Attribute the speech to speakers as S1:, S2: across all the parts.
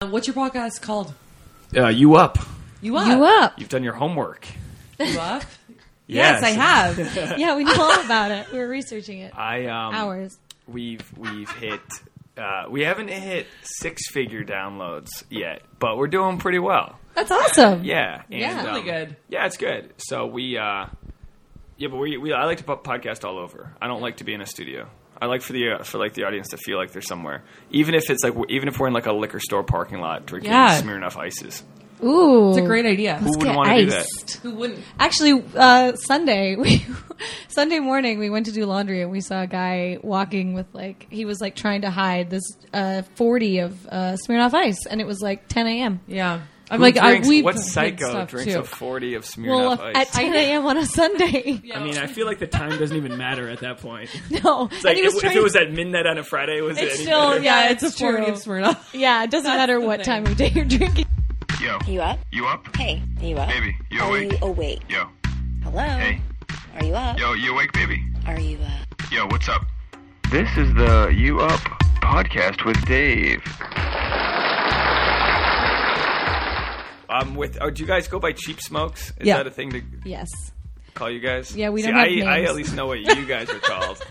S1: Um, What's your podcast called?
S2: Uh, you up?
S1: You up?
S3: You up?
S2: You've done your homework.
S1: You up?
S3: Yes,
S2: Yes,
S3: I have. yeah, we know all about it. We were researching it.
S2: I um,
S3: Hours.
S2: We've we've hit. Uh, we haven't hit six figure downloads yet, but we're doing pretty well.
S3: That's awesome.
S2: Yeah, and, um,
S1: Yeah, really good.
S2: Yeah, it's good. So we, uh, yeah, but we, we I like to po- podcast all over. I don't like to be in a studio. I like for the uh, for like the audience to feel like they're somewhere, even if it's like w- even if we're in like a liquor store parking lot drinking
S1: Yeah.
S2: Smirnoff ices.
S3: Ooh,
S1: It's a great idea.
S2: Who would
S3: Get
S2: want to do that?
S3: iced.
S1: Who wouldn't?
S3: Actually, uh, Sunday we Sunday morning we went to do laundry and we saw a guy walking with like he was like trying to hide this uh, forty of uh, Smirnoff Ice and it was like ten a.m.
S1: Yeah. I'm
S2: Who
S1: like,
S2: drinks,
S1: I, we
S2: what
S1: did
S2: psycho
S1: stuff,
S2: drinks
S1: too.
S2: a forty of
S3: Well,
S2: Smirnoff
S3: at
S2: ice?
S3: ten a.m. on a Sunday.
S1: Yeah.
S4: I mean, I feel like the time doesn't even matter at that point.
S3: No,
S2: It's like
S3: And he was
S2: if,
S3: trying-
S2: if it was at midnight on a Friday, was it
S3: It's
S2: any
S3: still-
S2: better?
S1: yeah, it's a
S3: That's true.
S1: 40 of Smirnoff.
S3: yeah, it doesn't matter what
S1: thing.
S3: time of day you're drinking.
S5: Yo.
S6: You up?
S5: You up?
S6: Hey, you up?
S5: Baby, you
S6: Are
S5: awake?
S6: you awake?
S5: Yo.
S6: Hello?
S5: Hey.
S6: Are you up?
S5: Yo, you awake, baby?
S6: Are you up?
S5: Yo, what's up? This is the You Up podcast with Dave.
S2: Um, with oh, do you guys go by cheap smokes? Is
S1: Yeah.
S2: that a thing to
S3: Yes,
S2: call you guys?
S3: Yeah, we
S2: See,
S3: don't have
S2: I, I
S3: names.
S2: at least know what you guys are called.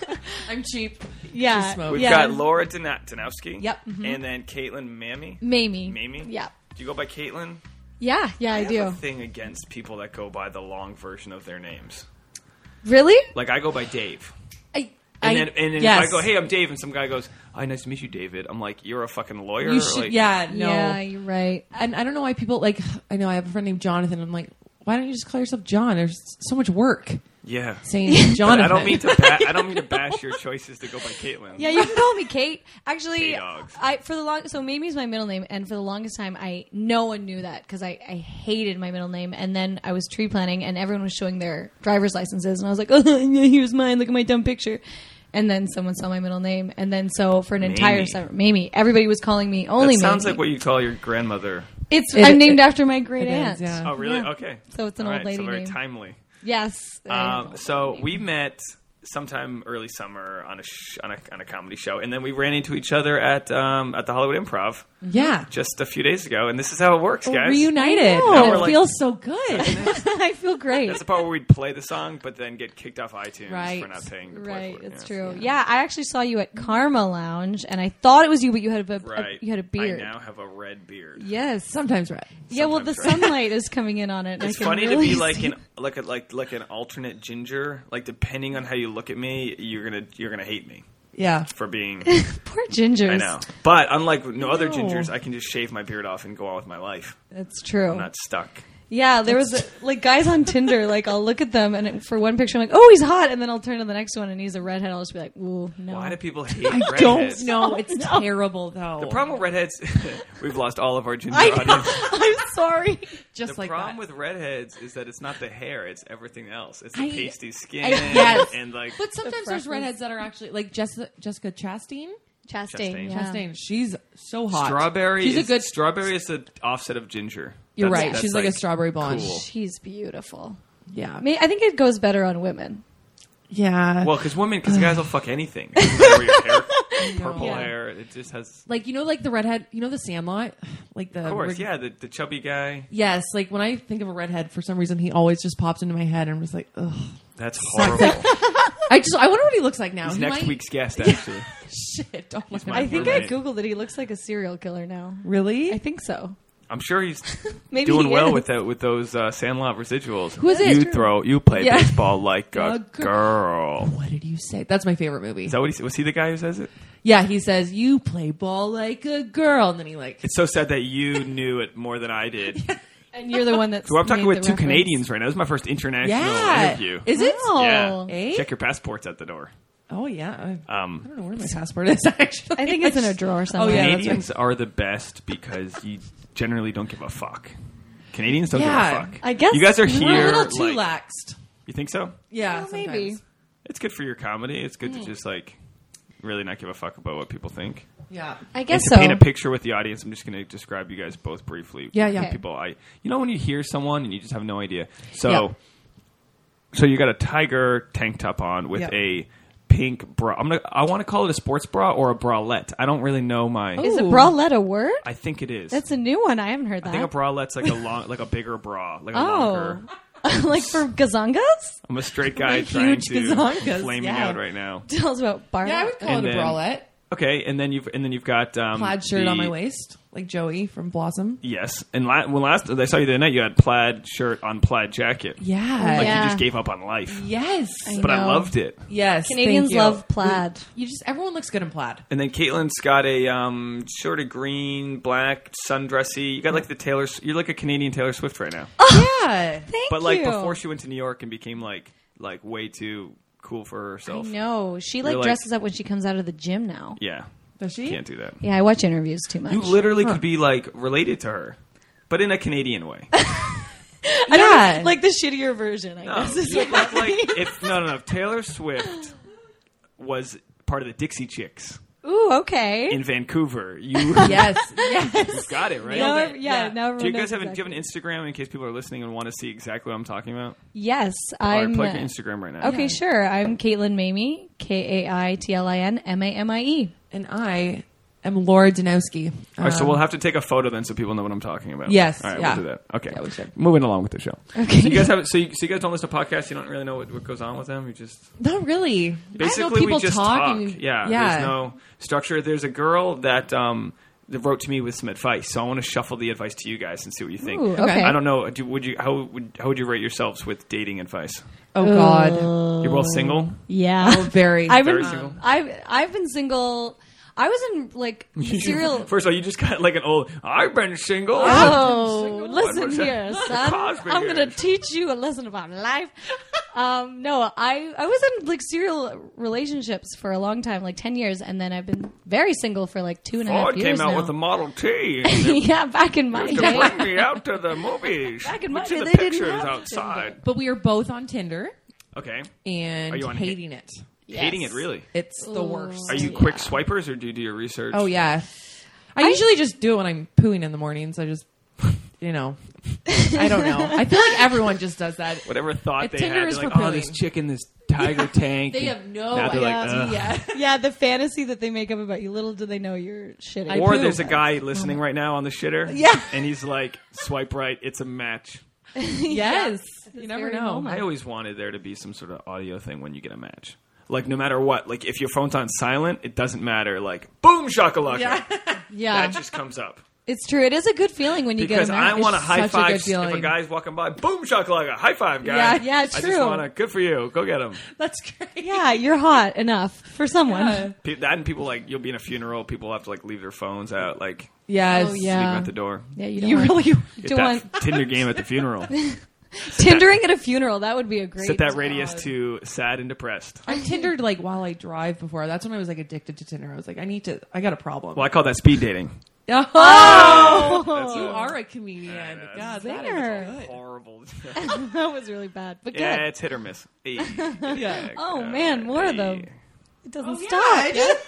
S1: I'm cheap. She
S3: yeah,
S1: smokes.
S2: We've
S3: yeah. mm-hmm.
S2: got Laura Dana- Danowski.
S1: Yep. Mhm.
S2: And then Caitlin Mammy.
S3: Mamie,
S2: Mamie?
S3: yeah,
S2: Do you go by Caitlin?
S3: yeah, yeah. I,
S2: I have a
S3: do.
S2: thing against people that go by the long version of their names.
S3: Really?
S2: Like I go by Dave.
S3: I,
S2: And
S3: I-
S2: then, and then
S1: yes.
S2: if I go, hey, I'm Dave, and some guy goes, hi, nice to meet you, David. I'm like, you're a fucking lawyer.
S1: You should,
S2: Like,
S1: yeah, no.
S3: Yeah, you're right.
S1: And I don't know why people, like, I know I have a friend named Jonathan. I'm like, why don't you just call yourself John? There's so much work
S2: yeah.
S1: saying
S2: But
S1: Jonathan.
S2: I don't mean to. Ba- I don't mean to bash your choices to go by Caitlin.
S3: Yeah, you can call me Kate. Actually,
S2: K-Dogs.
S3: I for the long so Mamie's my middle name, and for the longest time, I no one knew that because I, I hated my middle name. And then I was tree planting, and everyone was showing their driver's licenses, and I was like, oh, yeah, here's mine. Look at my dumb picture. And then someone saw my middle name, and then so for an entire
S2: Mamie.
S3: summer, Mamie, everybody was calling me
S2: That
S3: only.
S2: sounds
S3: Mamie.
S2: like what you call your grandmother.
S3: it's.
S1: It-
S3: I'm named after my great
S1: It is,
S3: aunt.
S1: yeah.
S2: Oh, really?
S3: Yeah.
S2: Okay.
S3: So it's an
S2: All
S3: old
S2: right,
S3: lady
S2: So very
S3: name.
S2: timely.
S3: Yes. I am.
S2: Um, so we met sometime early summer on a, sh- on a on a comedy show, and then we ran into each other at um, at the Hollywood Improv
S1: yeah.
S2: just a few days ago, and this is how it works, guys.
S1: Reunited.
S2: Now we're
S1: it
S2: like-
S1: feels so good.
S3: I feel great.
S2: That's the part where we'd play the song, but then get kicked off iTunes
S1: Right.
S2: for not paying. To play
S3: Right,
S2: for it.
S3: it's
S2: Yeah.
S3: true. Yeah. I actually saw you at Karma Lounge, and I thought it was you, but you had a, a-
S2: Right.
S3: you had a beard.
S2: I now have a red beard.
S3: Yes.
S1: Sometimes red.
S3: yeah. Well, the
S2: sometimes, right.
S3: sunlight is coming in on it. and I
S2: It's
S3: can
S2: funny
S3: really
S2: to be like
S3: see-
S2: an like a, like like an alternate ginger. Like depending on how you look at me, you're gonna you're gonna hate me
S1: Yeah.
S2: for being.
S3: poor gingers.
S2: I know, but unlike no other
S1: No.
S2: gingers, I can just shave my beard off and go on with my life.
S3: That's true.
S2: I'm not
S1: Oh.
S2: stuck.
S3: Yeah, there was like guys on Tinder. Like I'll look at them, and it- for one picture, I'm like, oh, he's hot, and then I'll turn to the next one, and he's a redhead. I'll just be like, ooh, no.
S2: Why do people hate redheads?
S1: Don't know. It's terrible though.
S2: The problem with redheads, we've lost all of our ginger
S3: I know.
S2: audience.
S3: I'm sorry.
S1: just
S2: The
S1: like
S2: problem
S1: that.
S2: with redheads is that it's not the hair; it's everything else. It's the
S1: I-
S2: pasty skin
S1: yes.
S2: and like
S1: But sometimes there's
S3: freckles.
S1: redheads that are actually like Jessica, Jessica Chastain.
S3: Chastain.
S2: Chastain.
S3: yeah.
S1: Chastain, she's so hot.
S2: strawberry.
S1: She's a
S2: is,
S1: good.
S2: strawberry is the offset of ginger.
S1: You're
S2: That's-
S1: right.
S2: that's,
S1: She's like a strawberry blonde.
S2: cool.
S3: She's beautiful.
S1: yeah.
S3: I mean, I think it goes better on women.
S1: Yeah.
S2: Well, because women, because guys will fuck anything. It doesn't matter your hair, purple
S1: Yeah.
S2: hair. It just has.
S1: like you know, like the redhead. You know the Sandlot. Like the
S2: Of course, yeah. The, the chubby guy.
S1: Yes, like when I think of a redhead, for some reason he always just pops into my head, and I'm just like, ugh.
S2: That's horrible.
S1: I just, I wonder what he looks like now.
S2: He's
S1: He
S2: next
S1: might-
S2: week's guest, actually.
S1: Shit, don't look
S2: my
S3: oh I
S1: at
S3: think
S2: Right.
S3: I googled that he looks like a serial killer now.
S1: Really?
S3: I think so.
S2: I'm sure he's
S3: Maybe
S2: doing
S3: he
S2: well
S3: is.
S2: with that with those uh, Sandlot residuals.
S1: Who is it?
S2: You
S1: True.
S2: throw, you play
S3: Yeah.
S2: baseball like
S1: A
S2: a
S1: gir-
S2: girl.
S1: what did you say? That's my favorite movie.
S2: Is that what he said? Was he the guy who says it?
S1: yeah, he says you play ball like a girl, and then he like
S2: It's so sad that you knew it more than I did.
S3: And you're the one that's.
S2: Who I'm talking
S3: made
S2: with
S3: the
S2: two
S3: reference.
S2: Canadians right now. This is my first international
S1: yeah,
S2: interview.
S1: is it?
S3: Oh.
S2: yeah.
S1: Eh?
S2: Check your passports at the door.
S1: Oh yeah, I, I
S2: Um,
S1: don't know where my passport is. Actually, Oh,
S3: I think it's in a drawer somewhere.
S1: yeah, that's
S2: Canadians are the best because you generally don't give a fuck. Canadians don't
S1: Yeah,
S2: give a fuck.
S3: I guess
S2: you guys are
S3: we're
S2: here.
S1: We're a little too
S2: like-
S1: laxed.
S2: You think so?
S1: Yeah,
S3: Well, Oh, maybe.
S1: sometimes.
S2: It's good for your comedy. It's good to just like really not give a fuck about what people think.
S1: Yeah,
S3: I
S2: And
S3: guess
S2: to
S3: so.
S2: paint a picture with the audience, I'm just going to describe you guys both briefly.
S1: Yeah, yeah. Okay.
S2: People, I you know when you hear someone and you just have no idea. So,
S1: Yeah.
S2: so you got a tiger tank top on with
S1: Yeah.
S2: a pink bra. I'm gonna. I want to call it a sports bra or a bralette. I don't really know my.
S3: Is a
S1: Ooh.
S3: bralette a word?
S2: I think it is.
S3: That's a new one. I haven't heard that.
S2: I think a bralette's like a long, like a bigger bra, like a
S3: oh,
S2: longer.
S3: like for gazongas?
S2: I'm a straight guy
S3: Like
S2: trying
S3: huge
S2: to
S3: gazongas,
S2: I'm flaming
S3: yeah.
S2: out right now.
S3: Tell us about bar.
S1: Yeah, I would call
S2: And
S1: it a
S2: then-
S1: bralette.
S2: Okay, and then you've and then you've got um,
S1: Plaid shirt on
S2: the-
S1: my waist, like Joey from Blossom.
S2: Yes, and la- when last I saw you the other night, you had plaid shirt on plaid jacket.
S1: Yeah.
S2: like
S3: Yeah.
S2: you just gave up on life.
S1: Yes.
S3: I-
S2: But I
S3: No.
S2: loved it.
S1: yes. thank
S3: Canadians
S1: you.
S3: love plaid.
S1: You just everyone looks good in plaid.
S2: And then Caitlin's got a um, sort of green, black, sundressy. You got like the Taylor. You're like a Canadian Taylor Swift right now.
S3: Oh,
S1: Yeah.
S3: Thank
S2: but like
S3: you.
S2: before she went to New York and became like like way too cool for herself.
S3: no, she like
S2: You're like-
S3: dresses up when she comes out of the gym now.
S2: Yeah,
S1: Does she?
S2: can't do that.
S3: Yeah, I watch interviews too much.
S2: You literally could be like related to her, but in a Canadian way.
S3: I don't
S1: Yeah.
S3: know, like the shittier version. I
S1: Oh.
S2: No,
S3: guess is
S2: you
S3: what
S2: look
S3: that
S2: like
S3: means.
S2: if no no no if Taylor Swift was part of the Dixie Chicks
S3: Ooh, okay.
S2: in Vancouver. You
S1: Yes. Yes.
S2: you got it right.
S3: Now
S1: Nailed
S3: ev-
S1: it.
S3: yeah,
S1: Yeah.
S3: now
S2: Do you
S3: everyone
S2: guys
S3: knows
S2: have a, do you
S3: exactly.
S2: have an Instagram in case people are listening and want to see exactly what I'm talking about?
S3: Yes,
S2: Or
S3: I'm. uh,
S2: plug your Instagram right now.
S3: Okay, sure. I'm Caitlin Mamie, K A I T L I N M A M I E.
S1: and I am Laura Danowski. Uh,
S2: All right, so we'll have to take a photo then, so people know what I'm talking about.
S1: Um, Yes,
S2: All right,
S1: yeah.
S2: we'll do that. Okay.
S1: Yeah, we should.
S2: Moving along with the show.
S3: Okay.
S2: So you guys have so you, so you guys don't listen to podcasts. You don't really know what, what goes on with them. You just
S1: Not really. I know
S2: basically
S1: people
S2: we just
S1: talk.
S2: talk.
S1: and you-
S2: Yeah. There's no structure. There's a girl that um that wrote to me with some advice. So I want to shuffle the advice to you guys and see what you think.
S3: Ooh, okay.
S1: Okay.
S2: I don't know. Do, would you how would how would you rate yourselves with dating advice?
S1: Oh God.
S2: You're both
S3: Um,
S2: single.
S3: Yeah.
S1: Oh, very.
S3: I've been,
S2: Very single.
S3: I've, I've been single. I was in like serial.
S2: First of all, you just got like an old. I've been single.
S3: Oh, listen
S2: What was
S3: here,
S2: that?
S3: son.
S2: Cosby
S3: I'm gonna
S2: years.
S3: teach you a lesson about life. Um, no, I I was in like serial relationships for a long time, like ten years, and then I've been very single for like two and a half
S2: Ford
S3: years
S2: came out
S3: now.
S2: with the Model T.
S3: yeah, back in my
S2: used
S3: day.
S2: to bring me out to the movies.
S3: Back in
S2: Look
S3: my
S2: to
S3: day,
S2: the
S3: they didn't
S2: pictures
S3: have
S2: outside.
S1: but we are both on Tinder
S2: Okay.
S1: and
S2: Are you on hate-
S1: hating it.
S3: Yes.
S2: Hating it, really.
S1: It's the worst.
S2: Are you
S3: Yeah.
S2: quick swipers or do you do your research?
S1: Oh yeah. I, usually just do it when I'm pooing in the mornings. I just, you know, I don't know. I feel like everyone just does that.
S2: Whatever thought
S1: If
S2: they
S1: Tinder
S2: had.
S1: is
S2: they're like,
S1: for
S2: oh, this
S1: pooing.
S2: chicken, this tiger tank.
S1: They
S2: and
S1: have no
S2: now they're like,
S1: idea.
S2: "Ugh."
S1: yeah.
S3: Yeah, the fantasy that they make up about you. Little do they know you're shitty.
S1: I
S2: Or
S1: poo.
S2: there's a guy listening right now on the shitter.
S3: Yeah.
S2: And he's like, swipe right, it's a match.
S1: Yes.
S3: This
S1: You never
S3: very
S1: know.
S3: moment.
S2: I always wanted there to be some sort of audio thing when you get a match. Like, no matter what, like, if your phone's on silent, it doesn't matter. Like, boom, shakalaka.
S1: Yeah.
S3: yeah,
S2: That just comes up.
S3: it's true. It is a good feeling when you
S2: because
S3: get a
S2: I
S3: marriage.
S2: want to
S1: It's such a
S2: high five.
S1: good
S2: If a
S1: feeling.
S2: guy's walking by, boom, shakalaka, high five, guy.
S3: Yeah, yeah,
S2: I just
S3: true.
S2: want to. Good for you. Go get him.
S1: That's great.
S3: Yeah, you're hot enough for someone.
S2: Pe- That and people like you'll be in a funeral. People have to like leave their phones out, like
S1: Yes.
S3: Oh,
S2: leave
S3: yeah.
S2: them at the door.
S3: Yeah, you don't.
S1: You
S3: want-
S1: really
S3: you
S2: Get
S3: don't
S2: that
S3: want
S2: Tinder game at the funeral.
S3: tindering at a funeral. That would be a great.
S2: Set that radius to sad and depressed.
S1: I Tindered like while I drive before. That's when I was like addicted to Tinder. I was like, I need to. I got a problem.
S2: Well, I call that speed dating.
S1: Oh,
S2: That's
S1: you
S2: a-
S1: are a comedian.
S2: Yeah,
S1: God,
S2: that's-
S1: that
S3: Zinger.
S1: is good.
S2: Horrible.
S3: that was really bad, but good.
S2: yeah, it's hit or miss. Hey, yeah.
S3: Oh, man, more of them. it doesn't
S1: yeah,
S3: stop.
S1: I
S3: Oh, Yeah,
S1: just-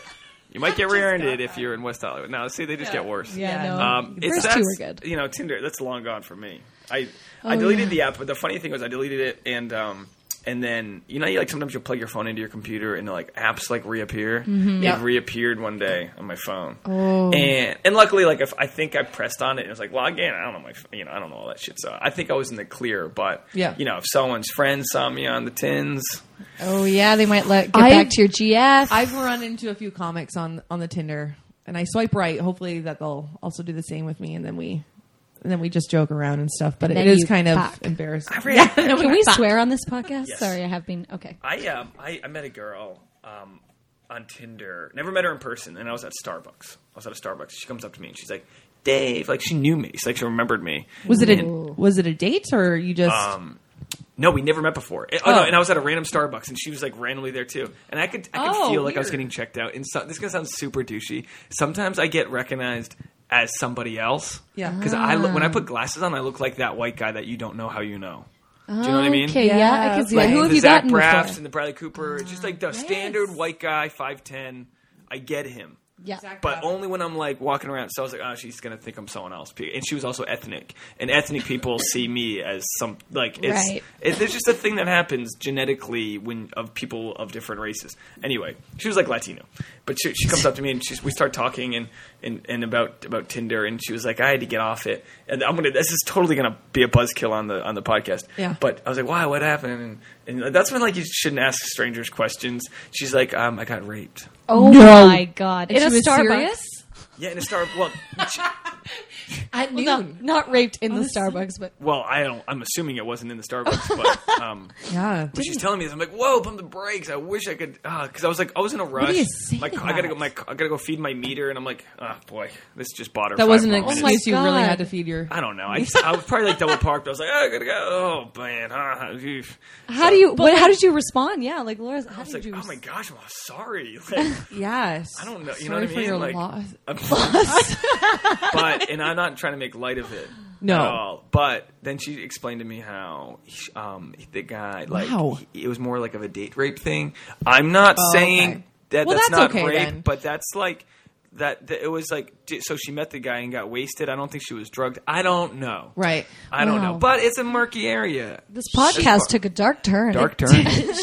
S2: You might get rear-ended if you're in West Hollywood. No, see, they just get worse.
S1: Yeah,
S3: no.
S2: Um,
S3: The
S2: it's
S3: first two
S2: that's-
S3: were good. Oh,
S2: You know, Tinder. That's long gone for me. I I deleted the app, but the funny thing was, I deleted it, and um, and then you know, you like sometimes you plug your phone into your computer, and like apps like reappear.
S3: Mm-hmm.
S1: Yeah.
S2: It reappeared one day on my phone,
S3: Oh.
S2: and and luckily, like if I think I pressed on it, and it was like log in. I don't know my, ph- you know, I don't know all that shit. So I think I was in the clear, but
S1: Yeah.
S2: you know, if someone's friends saw me on the tins,
S3: Oh yeah, they might let get
S1: I-
S3: back to your GF.
S1: I've run into a few comics on on the Tinder, and I swipe right. Hopefully that they'll also do the same with me, and then we. And then we just joke around and stuff, but
S3: And
S1: it
S3: then
S1: is
S3: you
S1: kind
S3: fuck.
S1: of embarrassing.
S3: Can we swear on this podcast?
S2: Yes.
S3: Sorry, I have been okay.
S2: I um I, I met a girl um on Tinder. Never met her in person, and I was at Starbucks. I was at a Starbucks. She comes up to me and she's like, "Dave," like she knew me. She's like she remembered me.
S1: Was it a
S3: Ooh.
S1: was it a date or you just?
S2: Um, no, we never met before. And- oh, no,
S1: Oh.
S2: and I was at a random Starbucks, and she was like randomly there too. And I could, I could
S1: Oh,
S2: feel like I was
S1: weird.
S2: getting checked out. And so, this gonna sound super douchey. Sometimes I get recognized as somebody else.
S1: Yeah. Ah.
S2: Because I look, when I put glasses on, I look like that white guy that you don't know how you know. Do you know what I mean?
S3: Okay, yeah,
S1: Yeah,
S3: I can see
S1: like
S3: that. Who
S2: the
S3: have you
S2: Zach
S3: gotten
S2: Braff
S3: before?
S2: and the Bradley Cooper, just like the standard white guy, five ten. I get him.
S3: Yeah.
S2: but only when I'm like walking around. So I was like, oh, she's gonna think I'm someone else. Pe- And she was also ethnic, and ethnic people see me as some like it's
S3: Right.
S2: it, there's just a thing that happens genetically when of people of different races. Anyway, she was like Latino, but she, she comes up to me and she's, we start talking and, and and about about Tinder, and she was like, I had to get off it, and I'm gonna this is totally gonna be a buzzkill on the on the podcast.
S1: Yeah.
S2: but I was like, why? What happened? And, and that's when like you shouldn't ask strangers questions. She's like, um, I got raped.
S3: Oh
S1: No.
S3: my god!
S1: And
S3: in
S1: she
S3: a
S1: was
S3: Starbucks.
S1: serious?
S2: Yeah, and it started well. she-
S1: at
S3: Well,
S1: noon.
S3: not, not raped in the
S1: this-
S3: Starbucks, but
S2: Well, I don't. I'm assuming it wasn't in the Starbucks, but um,
S1: Yeah.
S2: when she's telling me this, I'm like, "Whoa, pump the brakes!" I wish I could, because I was like, I was in a rush.
S1: do you say
S2: my,
S1: to
S2: I gotta
S1: that?
S2: go. My, I gotta go feed my meter, and I'm like, "Ah, boy, this just bought her."
S1: That
S2: five
S1: wasn't an
S2: more
S3: Oh
S2: minutes."
S3: my
S1: excuse you really
S3: God.
S1: had to feed your.
S2: I don't know. I, just, I was probably like double parked. I was like, "Oh, I gotta go." Oh man, ah, oof.
S3: how do you? what, how did you respond? Yeah, like Laura's. How
S2: I was
S3: did
S2: like,
S3: you?
S2: "Oh
S3: res-
S2: my gosh, I'm sorry." Like,
S1: Yes.
S2: I don't know.
S1: Sorry
S2: You know what I
S1: for
S2: mean?
S1: your
S2: Like,
S1: loss.
S2: I'm- but and I'm not trying to make light of it.
S1: No.
S2: At all. But then she explained to me how he- um, the guy like
S1: Wow.
S2: he- it was more like of a date rape thing. I'm not
S1: Oh,
S2: saying
S1: okay.
S2: that
S1: Well,
S2: that's,
S1: that's
S2: not
S1: okay
S2: rape,
S1: then.
S2: but that's like that, that it was like di- so she met the guy and got wasted. I don't think she was drugged. I don't know.
S1: Right.
S2: I don't
S3: Wow.
S2: know. But it's a murky area.
S3: This podcast took a dark turn.
S2: dark turn.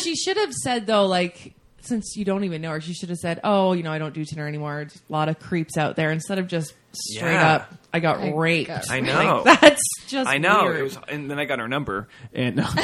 S1: she should have said though, like since you don't even know her, she should have said, "Oh, you know, I don't do Tinder anymore. Just a lot of creeps out there." Instead of just straight
S2: Yeah.
S1: up, I got
S3: I
S1: raped.
S3: got
S2: I know.
S1: Like, that's just.
S2: I know.
S1: weird.
S2: It was, and then I got her number, and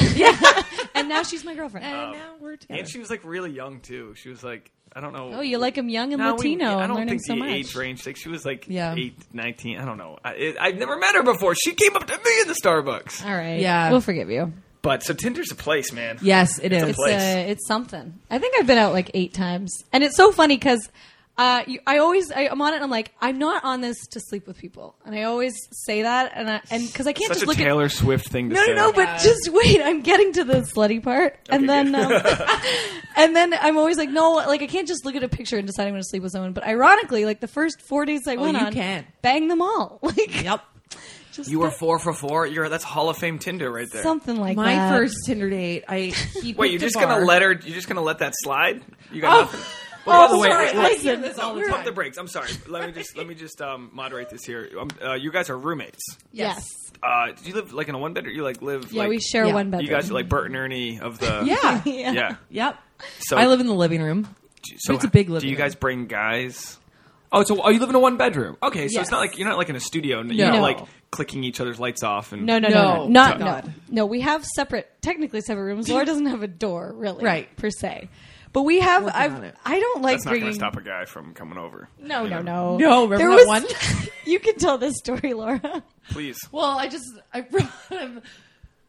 S3: and now she's my girlfriend.
S2: Uh,
S1: And now we're together.
S2: and she was like really young too. She was like, I don't know.
S3: oh, you like him young and
S2: No, we-
S3: Latino?
S2: I
S3: I'm
S2: don't
S3: learning
S2: think
S3: so
S2: the
S3: much.
S2: age range. Like she was like
S1: Yeah.
S2: eight, nineteen. I don't know. I, it, I've never met her before. She came up to me in the Starbucks.
S3: All right.
S1: Yeah.
S3: We'll forgive you.
S2: But so Tinder's a place, man.
S1: yes, it
S2: a
S1: is.
S3: It's
S2: place.
S3: uh, it's something. I think I've been out like eight times, and it's so funny because uh, you- I always I, I'm on it. and I'm like I'm not on this to sleep with people, and I always say that, and I, and because I can't
S2: Such
S3: just
S2: a
S3: look
S2: Taylor Swift thing to
S3: at
S2: say.
S3: no no no, but just wait. I'm getting to the slutty part, and
S2: Okay,
S3: then um, and then I'm always like no, like I can't just look at a picture and decide I'm going to sleep with someone. But ironically, like the first four dates I went
S1: you
S3: on,
S1: can.
S3: bang them all, like
S1: Yep.
S3: just
S2: you were
S3: the-
S2: four for four. You're that's Hall of Fame Tinder right there.
S3: something like
S1: My
S3: that.
S1: first Tinder date, I he
S2: Wait, you're
S1: picked a
S2: just gonna
S1: bar.
S2: let her? You're just gonna let that slide? You
S3: Oh.
S2: got nothing. Well, by the way,
S1: Oh, sorry,
S2: wait,
S1: I
S2: wait,
S1: hear this all the
S2: pump the
S1: time.
S2: brakes. I'm sorry. Let me just let me just um, moderate this here. Um, uh, you guys are roommates.
S3: yes,
S2: Uh, do you live like in a one bedroom? You like live?
S3: yeah,
S2: like,
S3: we share
S1: Yeah.
S3: one bedroom.
S2: You guys are like Bert and Ernie of the
S1: Yeah.
S3: yeah.
S2: yeah.
S1: Yep.
S2: So
S1: I live in the living room.
S2: So
S1: It's a big
S2: Do
S1: living
S2: you
S1: room.
S2: guys bring guys? Oh, so oh, you live in a one bedroom? Okay, so it's
S1: Yes.
S2: not like you're not like in a studio. and You're
S1: No.
S2: not like clicking each other's lights off and
S3: No, no, no, no,
S1: No.
S2: Oh,
S3: not no,
S1: God.
S3: no. We have separate, technically separate rooms. Laura doesn't have a door, really,
S1: Right.
S3: per se. But we have.
S1: Working
S3: I've,
S1: on it.
S3: I don't like
S2: That's not
S3: bringing.
S2: going to stop a guy from coming over.
S3: No,
S2: you
S3: no,
S2: know.
S3: no,
S1: No, remember
S3: There
S1: that
S3: was,
S1: one?
S3: you can tell this story, Laura.
S2: Please.
S1: Well, I just I brought him.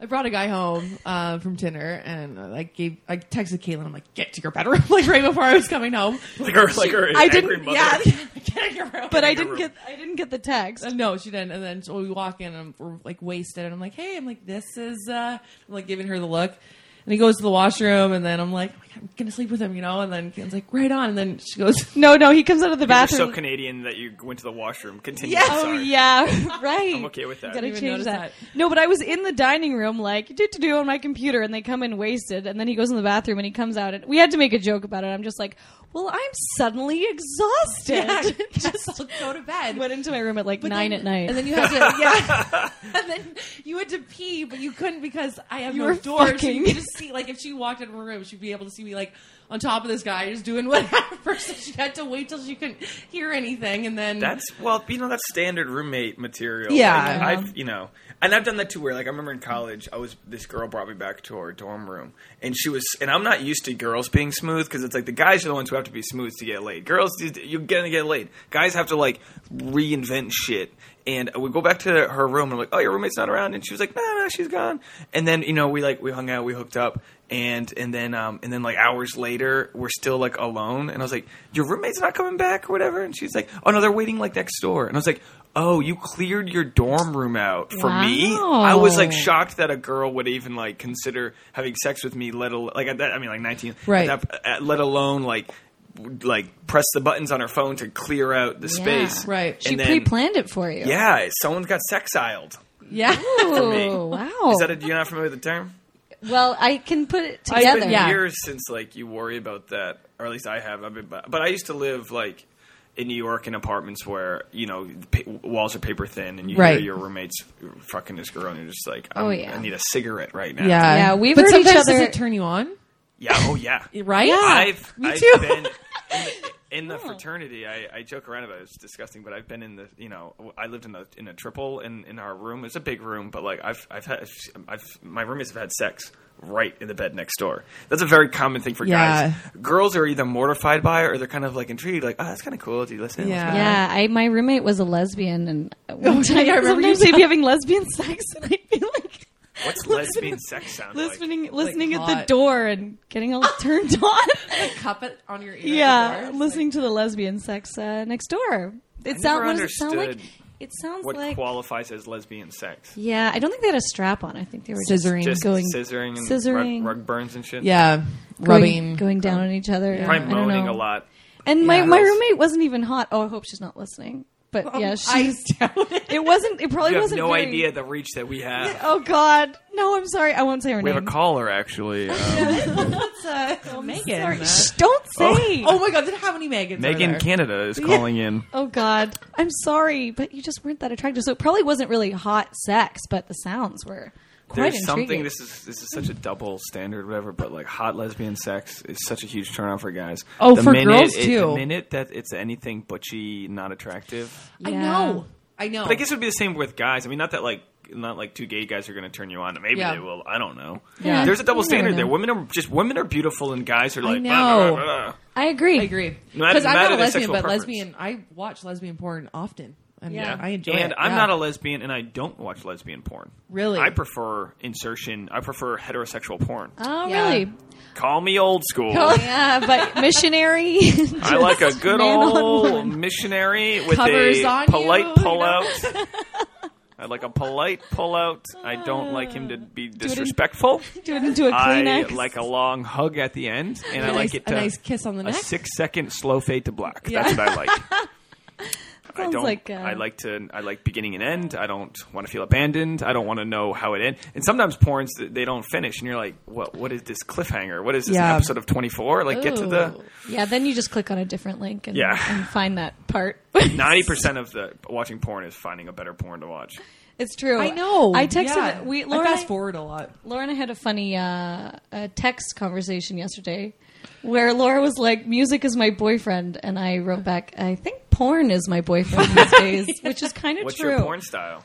S1: I brought a guy home uh, from Tinder, and I like, gave I texted Caitlin. I'm like, "Get to your bedroom!" Like right before I was coming home.
S2: Like her, like her
S3: I
S2: angry
S3: didn't.
S2: mother.
S3: Yeah,
S1: Get in your room.
S3: but I
S2: In your
S3: didn't
S2: room.
S3: get. I didn't get the text.
S1: Uh, No, she didn't. And then so we walk in and I'm- we're like wasted. And I'm like, hey, I'm like, this is, uh, I'm like giving her the look. And he goes to the washroom. And then I'm like, oh my God, I'm going to sleep with him, you know? And then Ken's like, right on. And then she goes,
S3: No, no, he comes out of the
S2: You're so
S3: bathroom.
S2: Canadian that you went to the washroom. Continue.
S3: Yeah.
S2: Sorry.
S3: Oh yeah, right.
S2: I'm okay with that.
S3: Gotta
S1: Didn't even notice
S3: change that.
S1: that.
S3: No, but I was in the dining room, like do to do on my computer, and they come in wasted, and then he goes in the bathroom and he comes out, and we had to make a joke about it. I'm just like, well, I'm suddenly exhausted.
S1: just go to bed.
S3: Went into my room at like
S1: But
S3: nine
S1: then-
S3: at night,
S1: And then you had to, yeah. and then you had to pee, but you couldn't because I have
S3: You
S1: no
S3: were
S1: door. So
S3: fucking.
S1: you could just see, like, if she walked into her room, she'd be able to see me, like, on top of this guy, just doing whatever. So she had to wait till she couldn't hear anything. And then
S2: That's well, you know, that's standard roommate material.
S1: Yeah.
S2: Like, I've you know, and I've done that too. Where like I remember in college, I was this girl brought me back to our dorm room, and she was, and I'm not used to girls being smooth because it's like the guys are the ones who have to be smooth to get laid. Girls, you're gonna get laid. Guys have to like reinvent shit. And we go back to her room and I'm like, oh, your roommate's not around, and she was like, no, no, she's gone. And then you know, we like we hung out, we hooked up, and and then um and then like hours later we're still like alone and i was like your roommate's not coming back or whatever and she's like oh no they're waiting like next door and i was like oh you cleared your dorm room out for me
S3: Wow.
S2: i was like shocked that a girl would even like consider having sex with me let al- like at that i mean like 19 at
S1: Right.
S2: that- at- let alone like w- like press the buttons on her phone to clear out the space
S1: Right.
S2: And
S3: she
S2: then-
S3: pre-planned it for you.
S2: yeah someone's got sexiled
S1: yeah.
S2: me.
S3: Oh wow.
S2: is that a, you're not familiar with the term
S3: well, I can put it
S2: It's
S3: together.
S2: been
S1: Yeah.
S2: years since like you worry about that, or at least I have. I've been, but I used to live like in New York in apartments where you know pa- walls are paper thin, and you
S1: Right.
S2: hear your roommates fucking this girl, and you're just like, I'm,
S3: Oh, yeah.
S2: I need a cigarette right now.
S1: Yeah,
S3: Yeah, we've
S1: But
S3: heard each
S1: sometimes does
S3: other-
S1: it turn you on?
S2: yeah, oh yeah.
S1: Right?
S2: I've,
S1: me
S2: I've
S1: too.
S2: been in the, in the fraternity. I, I joke around about it. It's disgusting, but I've been in the you know I lived in a in a triple in, in our room. It's a big room, but like I've I've had I've my roommates have had sex right in the bed next door. That's a very common thing for guys. Girls are either mortified by it or they're kind of like intrigued, like oh that's kind of cool. Do you listen? What's
S1: Yeah.
S2: going
S3: Yeah, I my roommate was a lesbian, and one
S1: yeah, I
S3: time,
S1: remember you
S3: sometimes they'd be having lesbian sex, and I'd be like,
S2: on? What's lesbian sex sound like?
S3: listening, listening at the
S1: hot.
S3: door and getting all turned on.
S1: Cup it on your ear.
S3: yeah, listening to the lesbian sex uh, next door. It sounds.
S2: never
S3: What does it sound like?
S2: understood
S3: It sounds
S2: What
S3: like.
S2: qualifies as lesbian sex?
S3: yeah, I don't think they had a strap on. I think they were just
S1: scissoring.
S2: Just
S3: Going-
S2: scissoring, and
S3: scissoring.
S2: Rug, rug burns and shit.
S1: yeah,
S3: going-
S1: rubbing. uh,
S3: going down on each other. I
S2: probably
S3: don't
S2: moaning a
S3: know.
S2: lot.
S3: And my,
S1: Yeah.
S3: my roommate wasn't even hot. Oh, I hope she's not listening. But
S1: Um,
S3: yeah, she. It wasn't. It probably
S2: Um, You have
S3: wasn't.
S2: no
S3: very-
S2: idea the reach that we have.
S3: Oh God, no! I'm sorry. I won't say her
S2: We
S3: name.
S2: have a caller actually. Um,
S1: Megan.
S3: Shh, don't say.
S1: Oh my god, then how many Megans? are
S2: Megan
S1: there?
S2: Canada is calling in.
S3: Oh God, I'm sorry, but you just weren't that attractive. So it probably wasn't really hot sex, but the sounds were quite
S2: There's something.
S3: intriguing.
S2: This is this is such a double standard, whatever. But like hot lesbian sex is such a huge turnoff for guys.
S1: Oh, for girls,
S2: it-
S1: too.
S2: The minute that it's anything butchy, not attractive.
S1: I
S3: Yeah.
S1: know. I know.
S2: But I guess it would be the same with guys. I mean, not that like not like two gay guys are going to turn you on. Maybe
S1: Yeah.
S2: they will. I don't know.
S1: Yeah.
S2: There's a double
S3: You never
S2: standard there.
S3: know.
S2: Women are just women are beautiful, and guys are like.
S1: know.
S2: "Blah, blah, blah, blah."
S3: I agree.
S1: I agree.
S2: No matter-
S1: Because I'm
S2: no matter
S1: not a
S2: their
S1: lesbian,
S2: sexual
S1: but
S2: preference.
S1: lesbian. I watch lesbian porn often. And
S3: Yeah.
S1: I enjoy
S2: and
S1: it.
S2: I'm
S1: yeah.
S2: not a lesbian, and I don't watch lesbian porn.
S1: Really?
S2: I prefer insertion. I prefer heterosexual porn.
S3: Oh
S1: Yeah.
S3: really?
S2: Call me old school.
S3: Yeah, but missionary.
S2: I like a good
S3: man on
S2: old
S3: woman.
S2: missionary with
S1: Covers
S2: a
S1: on
S2: polite
S1: you, you know?
S2: pullout. I like a polite pullout. I don't like him to be disrespectful.
S3: Do it into a
S2: I
S3: Kleenex.
S2: like a long hug at the end, and I
S1: A
S2: like
S1: nice,
S2: it
S1: a
S2: to
S1: nice kiss on the
S2: a
S1: neck.
S2: six-second slow fade to black.
S1: Yeah.
S2: That's what I like. I
S3: Sounds
S2: don't.
S3: like, uh,
S2: I like to. I like beginning and end. I don't want to feel abandoned. I don't want to know how it ends. And sometimes porns th- they don't finish, and you're like, "What? What is this cliffhanger? What is this an
S1: Yeah.
S2: episode of 24? Like, get to the
S3: Yeah, then you just click on a different link and,
S2: Yeah. e-
S3: and find that part.
S2: Ninety percent of the watching porn is finding a better porn to watch.
S3: it's true.
S1: I know.
S3: I texted.
S1: Yeah.
S3: We
S1: I
S3: Laura.
S1: fast forward a lot.
S3: Lauren had a funny uh, uh, text conversation yesterday where Laura was like, Music is my boyfriend. And I wrote back, I think porn is my boyfriend these days, which is kind of
S2: What's
S3: true.
S2: your porn style?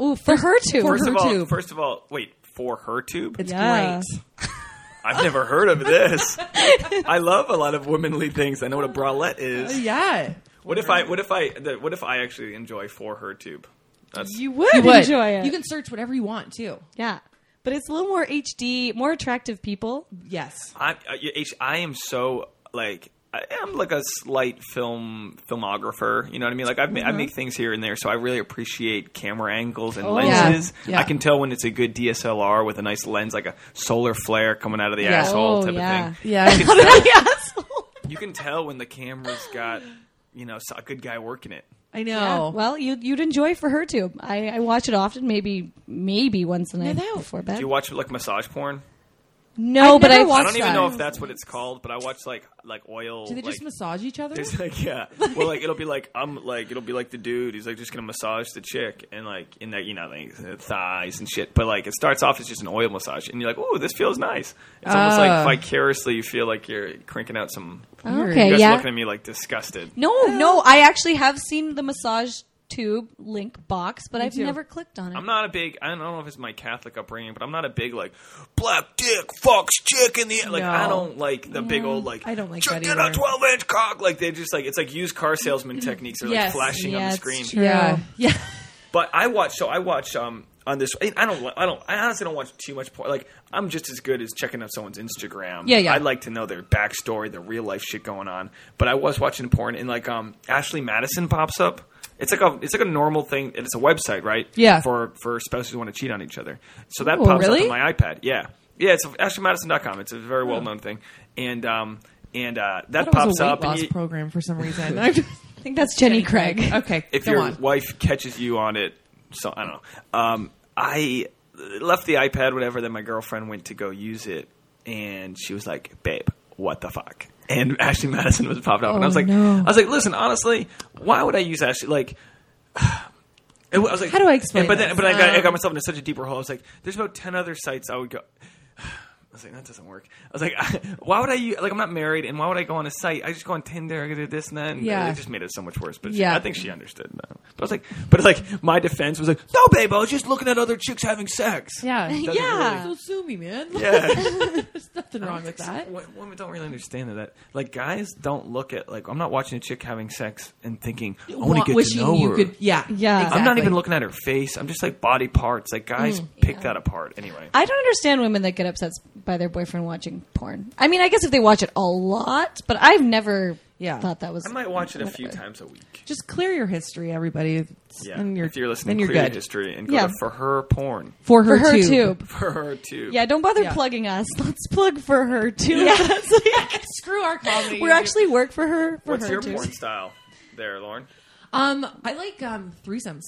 S3: Ooh, for her too.
S1: for
S2: First of all,
S1: tube.
S2: first of all, wait for her tube.
S1: It's
S3: Yeah.
S1: great.
S2: I've never heard of this. I love a lot of womanly things. I know what a bralette is.
S1: Yeah.
S2: What if I? What if I? the- What if I actually enjoy for her tube? That's
S3: you would,
S1: Would.
S3: enjoy it.
S1: You can search whatever you want too.
S3: yeah. But it's a little more HD, more attractive people.
S1: Yes.
S2: I, I- you- H- I am so like I am like a slight film filmographer. You know what I mean? Like I've ma- I
S1: Mm-hmm.
S2: make things here and there, so I really appreciate camera angles and
S1: Oh, yeah.
S2: lenses.
S1: Yeah.
S2: I can tell when it's a good DSLR with a nice lens, like a solar flare coming out of the
S1: Yeah.
S2: asshole
S3: Oh,
S2: type
S3: yeah.
S2: of thing.
S1: Yeah.
S3: yes. Uh,
S2: You can tell when the camera's got you know so- a good guy working it.
S1: I know.
S3: Yeah, well, you, you'd enjoy for her too. I, I watch it often, maybe maybe once a night
S1: that-
S3: before
S2: Do
S3: bed.
S2: you watch like massage porn?
S3: no,
S1: I've
S3: but
S1: never
S3: I
S2: I
S1: watched
S2: don't even
S1: that.
S2: know if that's what it's called, but I watch like like oil.
S1: Do they
S2: like,
S1: just massage each other?
S2: It's like yeah. Well, like it'll be like I'm like it'll be like the dude. He's like just gonna massage the chick and like in that you know like the thighs and shit. But like it starts off as just an oil massage, and you're like, oh, this feels nice. It's almost
S1: Ah. Oh.
S2: like vicariously you feel like you're cranking out some.
S3: Okay,
S2: You guys are
S3: yeah.
S2: looking at me like disgusted.
S3: No, no, I actually have seen the massage tube link box, but I've
S1: too.
S3: never clicked on it.
S2: I'm not a big. I don't know if it's my Catholic upbringing, but I'm not a big like black dick fucks chick in the like.
S1: No.
S2: I don't like the big old like.
S1: I don't like
S2: "Check
S1: that
S2: out
S1: either."
S2: a 12 inch cock. Like they just like it's like used car salesman techniques are like
S1: Yes.
S2: flashing on
S3: Yeah,
S2: the
S3: it's
S2: screen.
S3: true.
S1: yeah. Yeah.
S2: But I watch. So I watch. Um, on this, I I don't. I don't. I honestly don't watch too much porn. Like I'm just as good as checking out someone's Instagram.
S1: Yeah, yeah.
S2: I like to know their backstory, their real life shit going on. But I was watching porn, and like um, Ashley Madison pops up. It's like a it's like a normal thing. and It's a website, right?
S1: Yeah.
S2: For for spouses who want to cheat on each other. So that
S1: Ooh,
S2: pops up
S1: really?
S2: on my iPad. Yeah. Yeah. It's AshleyMadison.com. It's a very well known thing, and um and uh,
S1: That
S2: that
S1: was
S2: pops
S1: a weight
S2: up.
S1: loss
S2: and you-
S1: program for some reason. I'm just-
S3: I think that's Jenny Craig.
S1: Okay.
S2: if
S1: go
S2: your
S1: on.
S2: wife catches you on it, so I don't know. Um, I left the iPad, whatever. Then my girlfriend went to go use it, and she was like, "Babe, what the fuck? And Ashley Madison was popped up, and I
S3: Oh,
S2: was like,
S3: no.
S2: I was like, listen, honestly, why would I use Ashley? Like, it was- I was like,
S1: How do I explain
S2: and- But then,
S1: this?
S2: but I got, I got
S1: Um,
S2: myself into such a deeper hole. I was like, there's about ten other sites I would go. I was like, that doesn't work. I was like, why would I u- like? I'm not married, and why would I go on a site? I just go on Tinder. I could do this and that. And
S1: Yeah.
S2: it just made it so much worse. But she-
S3: Yeah.
S2: I think she understood. Now. But I was like, but like my defense was like, no, babe, I was just looking at other chicks having sex.
S1: Yeah.
S2: Doesn't
S3: Yeah.
S1: Don't sue me, man.
S2: Yeah.
S1: There's nothing wrong with that.
S2: Wo- Women don't really understand that. Like guys don't look at like I'm not watching a chick having sex and thinking I want to
S1: Wa-
S2: get
S1: wishing
S2: to know
S1: you
S2: her.
S1: could, yeah,
S3: Yeah. I'm not
S2: I'm not
S1: exactly. Mm.
S2: even looking at her face. I'm just like body parts. Like guys pick that apart anyway.
S3: I don't understand women that get upset by their boyfriend watching porn. I mean, I guess if they watch it a lot, but I've never
S1: Yeah.
S3: thought that was.
S2: I might watch it a few
S3: whatever.
S2: times a week.
S1: Just clear your history, everybody. It's-
S2: Yeah,
S1: and you're,
S2: if you're listening,
S1: then you're
S2: clear your
S1: good
S2: history and go
S3: Yeah.
S2: to for her porn
S1: for
S3: For
S1: her,
S3: her
S1: too.
S3: too.
S2: for her too.
S3: Yeah, don't bother
S1: Yeah.
S3: plugging us. Let's plug for her too.
S1: Screw our comedy.
S3: We're actually work for her. For
S2: What's
S3: her
S2: your
S3: too.
S2: porn style there, Lauren?
S1: Um, I like um threesomes.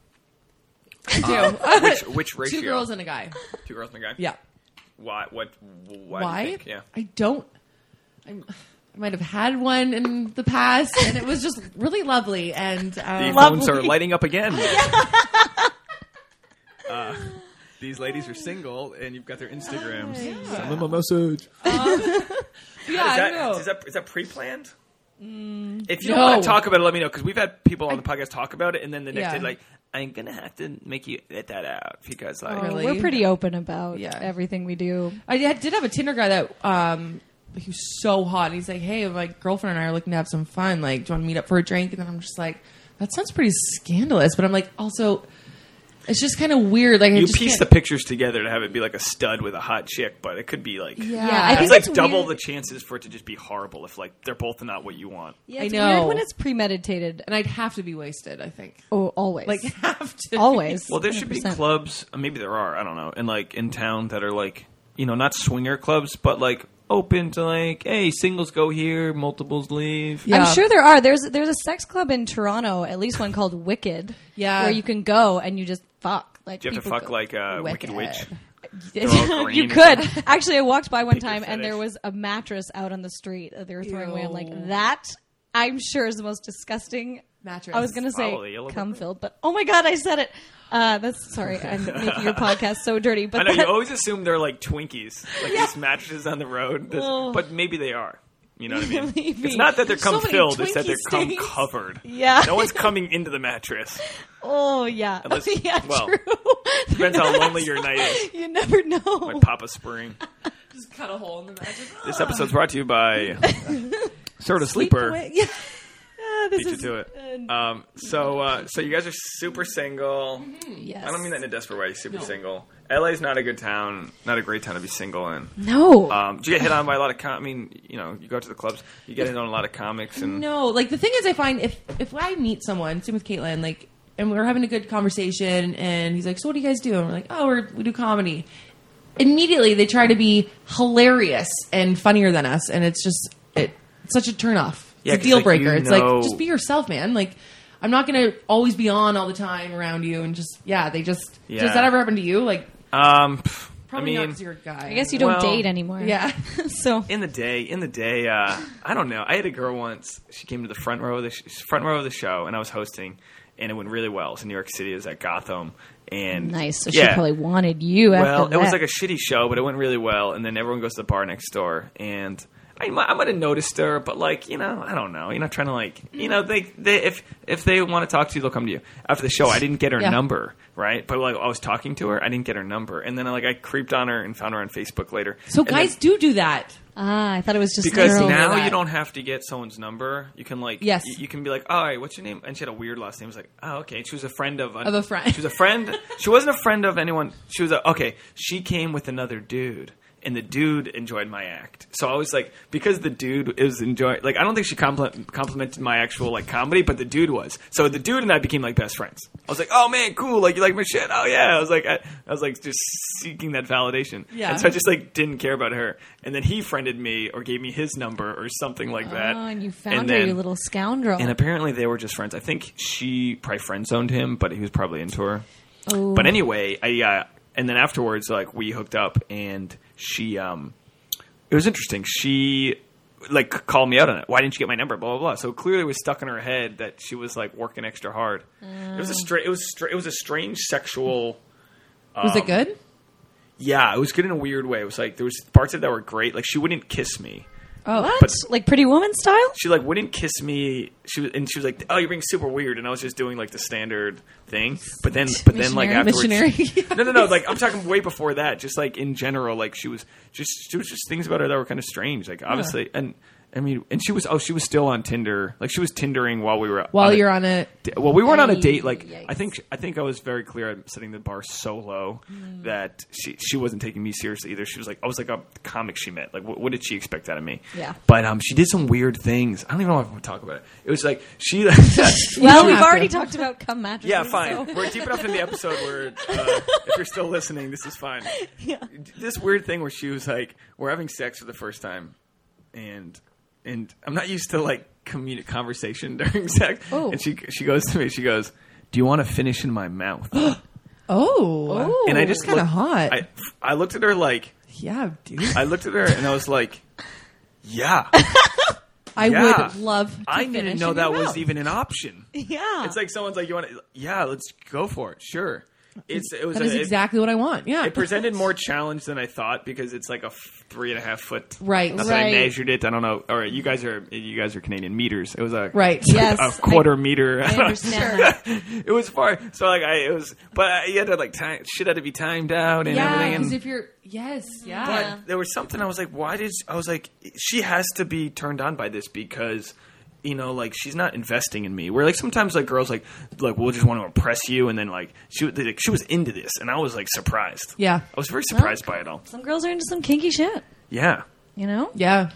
S1: I do.
S2: Um, Which which ratio?
S1: Two girls and a guy.
S2: Two girls and a guy.
S1: Yeah.
S2: Why? What? Why? do you
S1: Why?
S2: think? Yeah.
S1: I don't. I'm, I might have had one in the past, and it was just really lovely. And
S2: The
S1: um,
S2: phones are lighting up again. Uh, these ladies are single, and you've got their Instagrams. Send them a message.
S1: yeah,
S2: Is
S1: I know. Mm,
S2: that, is that, is that pre-planned? If you
S1: No.
S2: want to talk about it, let me know because we've had people on the podcast talk about it, and then the next
S1: Yeah.
S2: day, like, I'm gonna have to make you edit that out because, like,
S3: Oh,
S1: Really?
S3: We're pretty open about
S1: Yeah.
S3: everything we do.
S1: I did did have a Tinder guy that um he was so hot. And he's like, "Hey, my girlfriend and I are looking to have some fun. Like, do you want to meet up for a drink?" And then I'm just like, "That sounds pretty scandalous," but I'm like, also, it's just kind of weird. Like, I
S2: you
S1: just
S2: piece the
S1: can't-
S2: pictures together to have it be like a stud with a hot chick, but it could be like.
S1: Yeah.
S3: Yeah, I
S2: That's
S3: think
S2: like
S3: it's
S2: double
S3: weird.
S2: the chances for it to just be horrible if like they're both not what you want.
S3: Yeah,
S1: I
S3: it's
S1: know.
S3: weird when it's premeditated.
S1: and I'd have to be wasted. I think
S3: Oh, always.
S1: like have to be-
S3: always.
S2: Well, there should be
S3: 100%.
S2: clubs. uh, Maybe there are. I don't know. And like in town that are like you know not swinger clubs, but like open to like hey singles go here, multiples leave.
S1: Yeah.
S3: I'm sure there are. There's there's a sex club in Toronto, at least one called Wicked.
S1: Yeah.
S3: where you can go and you just fuck. Like
S2: Do you have to
S3: people
S2: fuck
S3: go-
S2: like a wicked witch?
S1: Wicked.
S2: all green
S3: you
S2: or
S3: could actually. I walked by one
S2: Pick your
S3: time and there
S2: fetish.
S3: was a mattress out on the street that they were throwing away. I'm
S1: Ew.
S3: like that. I'm sure is the most disgusting
S1: Mattress.
S3: I was gonna
S2: Probably
S3: say
S2: a little
S3: cum
S2: bit.
S3: filled, but oh my god, I said it. Uh, that's sorry. I'm making your podcast so dirty, but
S2: I know you
S3: that-
S2: always assume they're like Twinkies, like these mattresses on the road. This-
S3: Oh.
S2: But maybe they are. You know what I mean?
S3: Maybe.
S2: It's not that they're
S1: so
S2: cum
S1: many
S2: filled; it's that
S1: Twinkie
S2: they're cum
S1: stains.
S2: covered.
S3: Yeah.
S2: No one's coming into the mattress.
S3: oh yeah,
S2: Unless-
S3: yeah,
S2: well,
S3: true.
S2: Depends how lonely your night is.
S3: you never know.
S2: Like Papa Spring.
S1: just cut a hole in the mattress.
S2: This episode's brought to you by Sort of Sleeper.
S1: Yeah.
S3: Ah, this
S2: Beat you
S3: is
S2: to it. Um, so, uh, so you guys are super single.
S3: yes.
S2: I don't mean that in a desperate way. Super single. LA's not a good town, not a great town to be single in.
S3: No.
S2: Um, do you get hit on by a lot of com- I mean, you know, you go to the clubs, you get hit on a lot of comics, and
S1: No, like the thing is, I find if if I meet someone, same with Caitlin, like, and we are having a good conversation, and he's like, "So what do you guys do?" And we're like, "Oh, we're, we do comedy." Immediately, they try to be hilarious and funnier than us, and it's just it, it's such a turnoff.
S2: Yeah,
S1: It's a
S2: 'cause,
S1: deal
S2: like, you
S1: breaker. It's
S2: know-
S1: like just be yourself, man. Like, I'm not gonna always be on all the time around you, and just yeah, they just
S2: Yeah.
S1: does that ever happen to you? Like,
S2: um, pff,
S1: probably not
S2: I mean,
S1: 'cause you're a guy.
S3: I guess you don't
S2: well-
S3: date anymore.
S1: Yeah.
S3: so
S2: in the day, in the day, uh, I don't know. I had a girl once. She came to the front row of the sh- front row of the show, and I was hosting, and it went really well. It was in New York City. It was at Gotham, and
S3: nice. So she
S2: Yeah.
S3: probably wanted you
S2: Well,
S3: after
S2: it was
S3: that.
S2: like a shitty show, but it went really well. And then everyone goes to the bar next door, and I, mi- I might have noticed her, but like you know, I don't know. You're not trying to like you know they, they if if they want to talk to you, they'll come to you after the show. I didn't get her
S1: Yeah.
S2: number right, but like I was talking to her, I didn't get her number, and then like I creeped on her and found her on Facebook later.
S1: so
S2: And then-
S1: guys do do that.
S3: ah, I thought it was just
S2: because
S3: literal.
S2: now
S1: that.
S2: you don't have to get someone's number. You can like
S1: Yes.
S2: y- you can be like, all right, what's your name? And she had a weird last name. It was like, oh, okay. She was a friend of
S1: Of a friend.
S2: She was a friend. she wasn't a friend of anyone. She was a okay. She came with another dude. And the dude enjoyed my act, so I was like, because the dude is enjoying. Like, I don't think she compliment, complimented my actual like comedy, but the dude was. So the dude and I became like best friends. I was like, oh man, cool. Like you like my shit. Oh yeah. I was like, I, I was like just seeking that validation.
S1: Yeah.
S2: And so I just like didn't care about her. And then he friended me or gave me his number or something like that.
S3: Oh, and you found
S2: And
S3: her,
S2: then-
S3: you little scoundrel.
S2: And apparently they were just friends. I think she probably friend zoned him, but he was probably into her.
S3: Oh.
S2: But anyway, I uh, and then afterwards, like we hooked up, and she um, it was interesting. She like called me out on it. Why didn't you get my number? Blah blah blah. So clearly, it was stuck in her head that she was like working extra hard. It was a stra- It was str- It was a strange sexual.
S1: was
S2: Um,
S1: it good?
S2: Yeah, it was good in a weird way. It was like there was parts of it that were great. Like she wouldn't kiss me.
S1: Oh,
S3: What?
S2: But-
S3: like Pretty Woman style?
S2: She like wouldn't kiss me. She was, and she was like, "Oh, you're being super weird." And I was just doing like the standard thing. But then, but then like afterwards,
S1: missionary.
S2: no, no, no. Like I'm talking way before that. Just like in general, like she was just she was just things about her that were kind of strange. Like obviously, and I mean, and she was oh she was still on Tinder. Like she was Tindering while we were
S1: While
S2: a
S1: you're on it,
S2: da- well we weren't on a date. Like
S3: Yikes. Hmm.
S2: I think I think I was very clear. I'm setting the bar so low that she she wasn't taking me seriously either. She was like I was like a comic she met. Like what, what did she expect out of me?
S3: Yeah.
S2: But um, she did some weird things. I don't even know if I want to talk about it. It was like she.
S3: Well,
S1: don't
S3: we've
S1: have
S3: already
S1: to.
S3: talked about cum mattresses.
S2: Yeah, fine.
S3: so-
S2: We're deep enough in the episode where, uh, if you're still listening, this is fine. This weird thing where she was like, "We're having sex for the first time," and and I'm not used to like communi- conversation during sex.
S3: Oh.
S2: And she she goes to me, she goes, "Do you want to finish in my mouth?"
S1: oh,
S2: and I just
S1: That's kinda
S2: looked-
S1: hot.
S2: I I looked at her like
S1: yeah, dude,
S2: I looked at her and I was like, "Yeah,
S1: I
S2: yeah.
S1: would love. To
S2: I didn't
S1: finish
S2: know
S1: in
S2: that
S1: your
S2: was
S1: mouth.
S2: even an option."
S3: Yeah.
S2: It's like someone's like, "You want to? Yeah, let's go for it. Sure." It's it was
S1: That is
S2: a, it-
S1: exactly what I want. Yeah,
S2: it presented more challenge than I thought because it's like a f- three and a half foot.
S1: Right.
S2: Not that I
S3: Right.
S2: measured it. I don't know. All right, you guys are you guys are Canadian meters. It was a
S1: Right.
S3: Yes,
S2: a quarter meter.
S3: I understand that.
S2: it was far. So like I it was, but I, you had to like time shit had to be timed out and
S1: yeah,
S2: everything.
S1: because
S2: And,
S1: if you're yes, yeah,
S2: but
S3: Yeah.
S2: there was something I was like, why did I was like, she has to be turned on by this because you know, like she's not investing in me. Where like sometimes like girls like like we'll just want to impress you, and then like she was- like, she was into this, and I was like surprised.
S1: yeah,
S2: I was very surprised by it all.
S3: Some girls are into some kinky shit,
S2: Yeah.
S3: you know?
S1: yeah.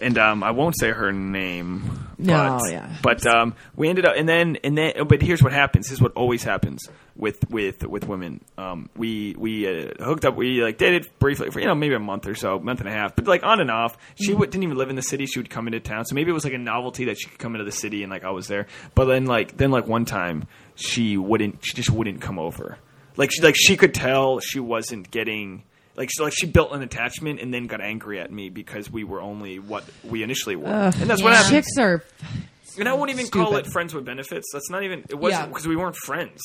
S2: and um, I won't say her name.
S1: No,
S2: but,
S1: yeah.
S2: But um, we ended up, and then and then, but here's what happens. This is what always happens with with with women. Um, we we uh, hooked up. We like dated briefly for you know maybe a month or so, month and a half, but like on and off. She would, didn't even live in the city. She would come into town, so maybe it was like a novelty that she could come into the city and like I was there. But then like then like one time she wouldn't. She just wouldn't come over. Like she like she could tell she wasn't getting like she, like she built an attachment and then got angry at me because we were only what we initially were, and that's what
S3: Yeah.
S2: happened.
S1: Chicks are
S2: And I won't even call
S1: Stupid.
S2: it friends with benefits. That's not even. It wasn't
S1: Yeah.
S2: because we weren't friends.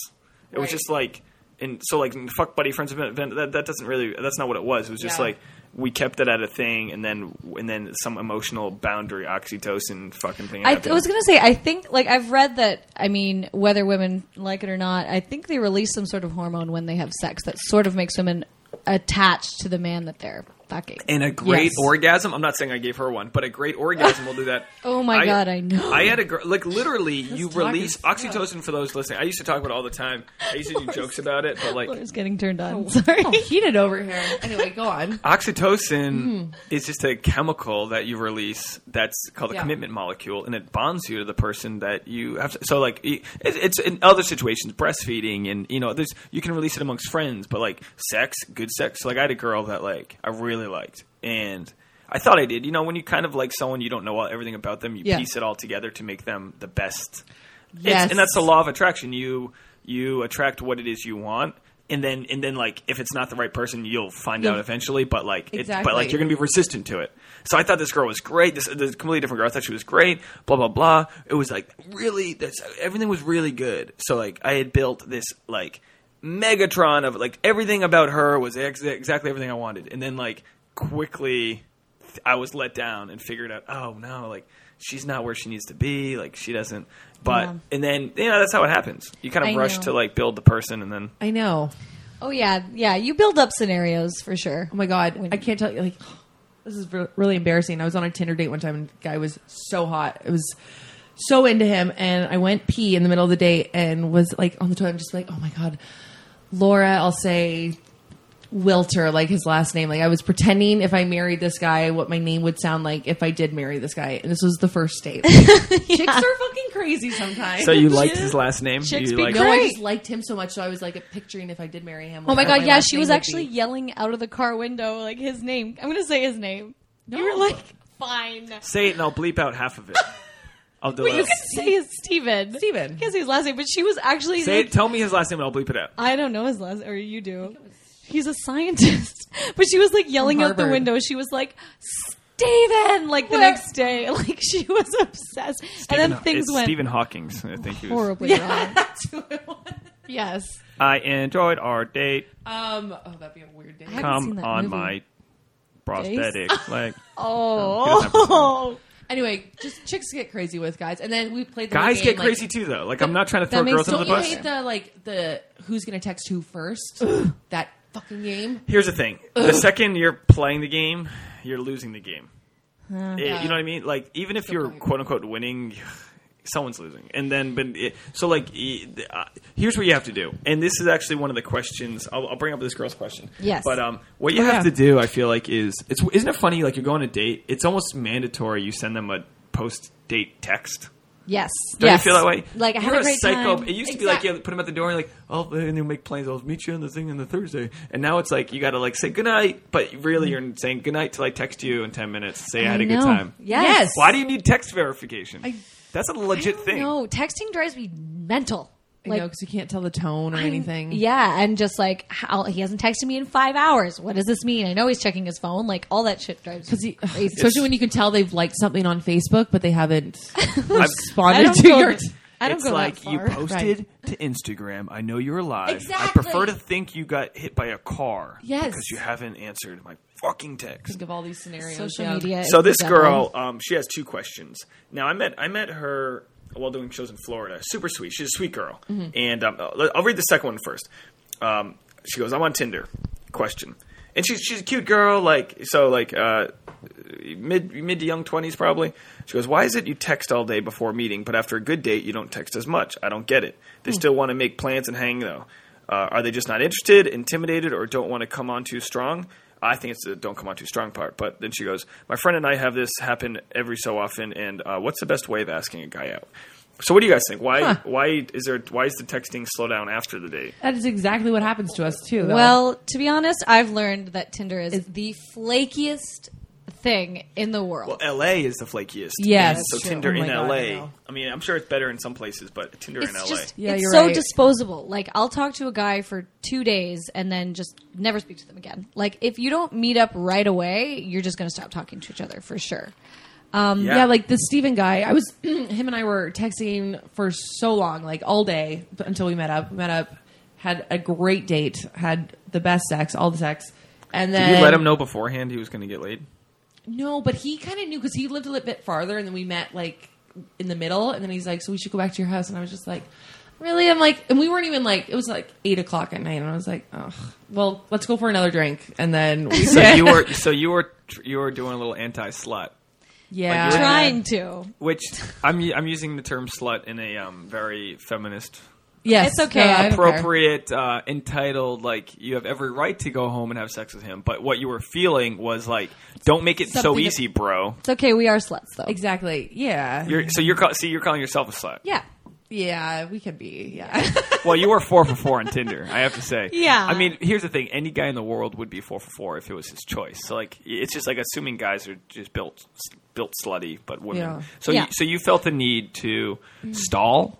S2: It was
S1: Right.
S2: just like and so like fuck buddy friends with benefits. That, that doesn't really. That's not what it was. It was just
S1: Yeah.
S2: like we kept it at a thing, and then and then some emotional boundary oxytocin fucking thing.
S3: I,
S2: happened.
S3: I was gonna say, I think, like, I've read that. I mean, whether women like it or not, I think they release some sort of hormone when they have sex that sort of makes women attached to the man that they're fucking.
S2: and a great
S1: Yes.
S2: orgasm. I'm not saying I gave her one, but a great orgasm will do that.
S3: Oh my God, I know.
S2: I had a girl like literally. you
S1: talk
S2: release
S1: is- yeah.
S2: oxytocin for those listening. I used to talk about it all the time. I used to
S3: Oh,
S2: do jokes about it, but like
S3: Laura's getting turned
S2: Oh.
S3: on. Sorry.
S1: heated over here. Anyway, go on.
S2: oxytocin
S1: Mm-hmm.
S2: is just a chemical that you release that's called a
S1: Yeah.
S2: commitment molecule, and it bonds you to the person that you have. so like it, it's in other situations, breastfeeding, and you know, there's you can release it amongst friends, but like sex, good sex. like I had a girl that like I really liked, and. I thought I did. You know, when you kind of like someone, you don't know all, everything about them. You
S1: Yeah.
S2: piece it all together to make them the best
S1: Yes.
S2: it's, and that's the law of attraction. You you attract what it is you want, and then and then like if it's not the right person, you'll find out eventually. But like it's but
S1: Exactly.
S2: like you're gonna be resistant to it. So I thought this girl was great. This, this completely different girl. I thought she was great. Blah blah blah. It was like really that's everything was really good. So like I had built this like Megatron of like everything about her was ex- exactly everything I wanted, and then like quickly I was let down and figured out, oh no, like she's not where she needs to be. Like she doesn't. But
S3: Yeah.
S2: and then you know that's how it happens. You kind of
S3: I
S2: rush
S3: know.
S2: to like build the person and then
S1: I know.
S3: oh yeah, yeah. You build up scenarios for sure.
S1: Oh my god, I can't tell you. Like, this is re- really embarrassing. I was on a Tinder date one time, and the guy was so hot. It was so into him, and I went pee in the middle of the date, and was like on the toilet, and just like, oh my god, Laura. I'll say Wilter, like his last name. Like I was pretending if I married this guy, what my name would sound like if I did marry this guy. And this was the first date. Like, Chicks are fucking crazy sometimes.
S2: So you liked his last name?
S3: Chicks
S2: you
S3: be
S2: liked-
S1: No, I
S3: Great.
S1: just liked him so much, so I was like picturing if I did marry him.
S3: Oh my
S1: what
S3: god, yeah,
S1: last
S3: she
S1: name
S3: was
S1: would
S3: actually
S1: be.
S3: yelling out of the car window like his name. I'm gonna say his name. You were
S1: No.
S3: like, fine.
S2: Say it and I'll bleep out half of it. I'll do
S3: But you
S2: it.
S3: can say it's Steven.
S1: Steven.
S3: I can't say his last name, but she was actually
S2: Say
S3: like,
S2: it. Tell me his last name and I'll bleep it out.
S3: I don't know his last or you do. he's a scientist. But she was like yelling out the
S1: Harvard.
S3: window. She was like, Steven, like the
S1: What?
S3: next day. Like she was obsessed. and then
S2: Stephen-
S3: things
S2: it's
S3: went
S2: Stephen Hawking's. I think he was.
S3: horribly wrong.
S1: That's who it was.
S3: Yes.
S2: I enjoyed our date.
S1: Um, oh, that'd be a weird day.
S3: I- haven't seen
S2: Come
S3: that
S2: on
S3: movie.
S2: my prosthetic. Like
S3: Oh.
S1: Anyway, just chicks get crazy with guys, and then we played. The
S2: guys
S1: game,
S2: get
S1: like-
S2: crazy too, though. Like I'm not trying to
S3: that
S2: throw
S3: makes-
S2: girls under
S1: Don't
S2: the
S1: you
S2: bus.
S1: hate the like the who's gonna text who first? that fucking game.
S2: Here's the thing: the second you're playing the game, you're losing the game. It-
S1: Yeah.
S2: You know what I mean? Like even if you're
S1: Oh, point.
S2: quote unquote winning, someone's losing. And then, but it, so like, e- the- uh, here's what you have to do. And this is actually one of the questions. I'll, I'll bring up this girl's question.
S3: Yes.
S2: But um, what you
S1: Oh,
S2: have
S1: yeah.
S2: to do, I feel like, is it's isn't it funny? Like you go on a date, it's almost mandatory. You send them a post date text.
S3: Yes.
S2: Don't
S3: yes.
S2: you feel that way?
S3: Like I had
S2: You're
S3: a great
S2: psycho.
S3: time.
S2: It used to be like
S1: Exact-
S2: you put him at the door and like, oh, and you make plans. I'll meet you on the thing on the Thursday. And now it's like you got to like say goodnight, but really you're saying goodnight till I text you in ten minutes. Say I, had a good
S3: know.
S2: time.
S3: Yes.
S2: Why do you need text verification?
S1: I-
S2: That's a legit thing.
S3: No, texting drives me mental.
S1: I know because you can't tell the tone or anything.
S3: Yeah, and just like how he hasn't texted me in five hours. What does this mean? I know he's checking his phone. Like all that shit drives
S1: Because
S3: me crazy.
S1: especially when you can tell they've liked something on Facebook, but they haven't
S2: I've-
S3: I
S1: responded
S3: don't
S1: to
S3: go.
S1: your.
S3: I don't
S2: it's
S3: go
S2: like
S3: that far.
S2: you posted to Instagram. I know you're alive. I
S3: Exactly.
S2: prefer to think you got hit by a car.
S1: Yes.
S2: because you haven't answered my fucking text.
S1: Think of all these scenarios.
S3: Social
S1: yeah.
S2: so
S3: media. is the
S2: this
S3: devil.
S2: girl, um, she has two questions. Now I met I met her while doing shows in Florida. Super sweet. She's a sweet girl. And um, I'll- I'll read the second one first. Um, she goes, "I'm on Tinder." Question. And she's she's a cute girl, like so, like uh, mid mid to young twenties probably. She goes, "Why is it you text all day before meeting, but after a good date you don't text as much? I don't get it. They still want to make plans and hang though. Uh, are they just not interested, intimidated, or don't want to come on too strong? I think it's the don't come on too strong part. But then she goes, "My friend and I have this happen every so often, and uh, what's the best way of asking a guy out?" So what do you guys think? Why
S1: Huh.
S2: why is there why is the texting slow down after the date?
S1: That is exactly what happens to us too. Though.
S3: Well, to be honest, I've learned that Tinder is the flakiest thing in the world.
S2: Well, L.A. is the flakiest.
S1: Yes.
S2: so
S1: That's true.
S2: Tinder
S1: Oh my
S2: in
S1: God,
S2: L.A.
S1: I know.
S2: I mean, I'm sure it's better in some places, but Tinder in L.A.
S3: it's just
S1: Yeah,
S3: it's
S1: you're
S3: so
S1: right.
S3: disposable. Like I'll talk to a guy for two days and then just never speak to them again. Like if you don't meet up right away, you're just going to stop talking to each other for sure. Um,
S1: yeah. like the Steven guy. I was him and I were texting for so long, like all day but until we met up. We met up, had a great date, had the best sex, all the sex, and then
S2: Did you let him know beforehand he was going to get laid?
S1: No, but he kind of knew because he lived a little bit farther, and then we met like in the middle, and then he's like, "So we should go back to your house," and I was just like, "Really?" I'm like, and we weren't even like it was like eight o'clock at night, and I was like, "Oh, well, let's go for another drink," and then we
S2: So you were so you were you were doing a little anti slut,
S1: yeah,
S2: like, you're
S3: Trying to.
S2: which I'm u- I'm using the term slut in a um, very feminist,
S1: yes,
S3: It's okay.
S1: I don't care.
S2: appropriate, uh, entitled like you have every right to go home and have sex with him. But what you were feeling was like, don't make it so
S1: Something-
S2: easy, bro.
S3: It's okay. We are sluts though.
S1: Exactly. Yeah.
S2: You're, so you're call, see you're calling yourself a slut.
S3: Yeah.
S1: yeah, we can be. Yeah.
S2: Well, you were four for four on Tinder. I have to say.
S3: Yeah.
S2: I mean, here's the thing: any guy in the world would be four for four if it was his choice. So, like, it's just like assuming guys are just built built slutty, but women.
S1: Yeah. Mm.
S2: So,
S3: Yeah.
S2: You, so you felt the need to stall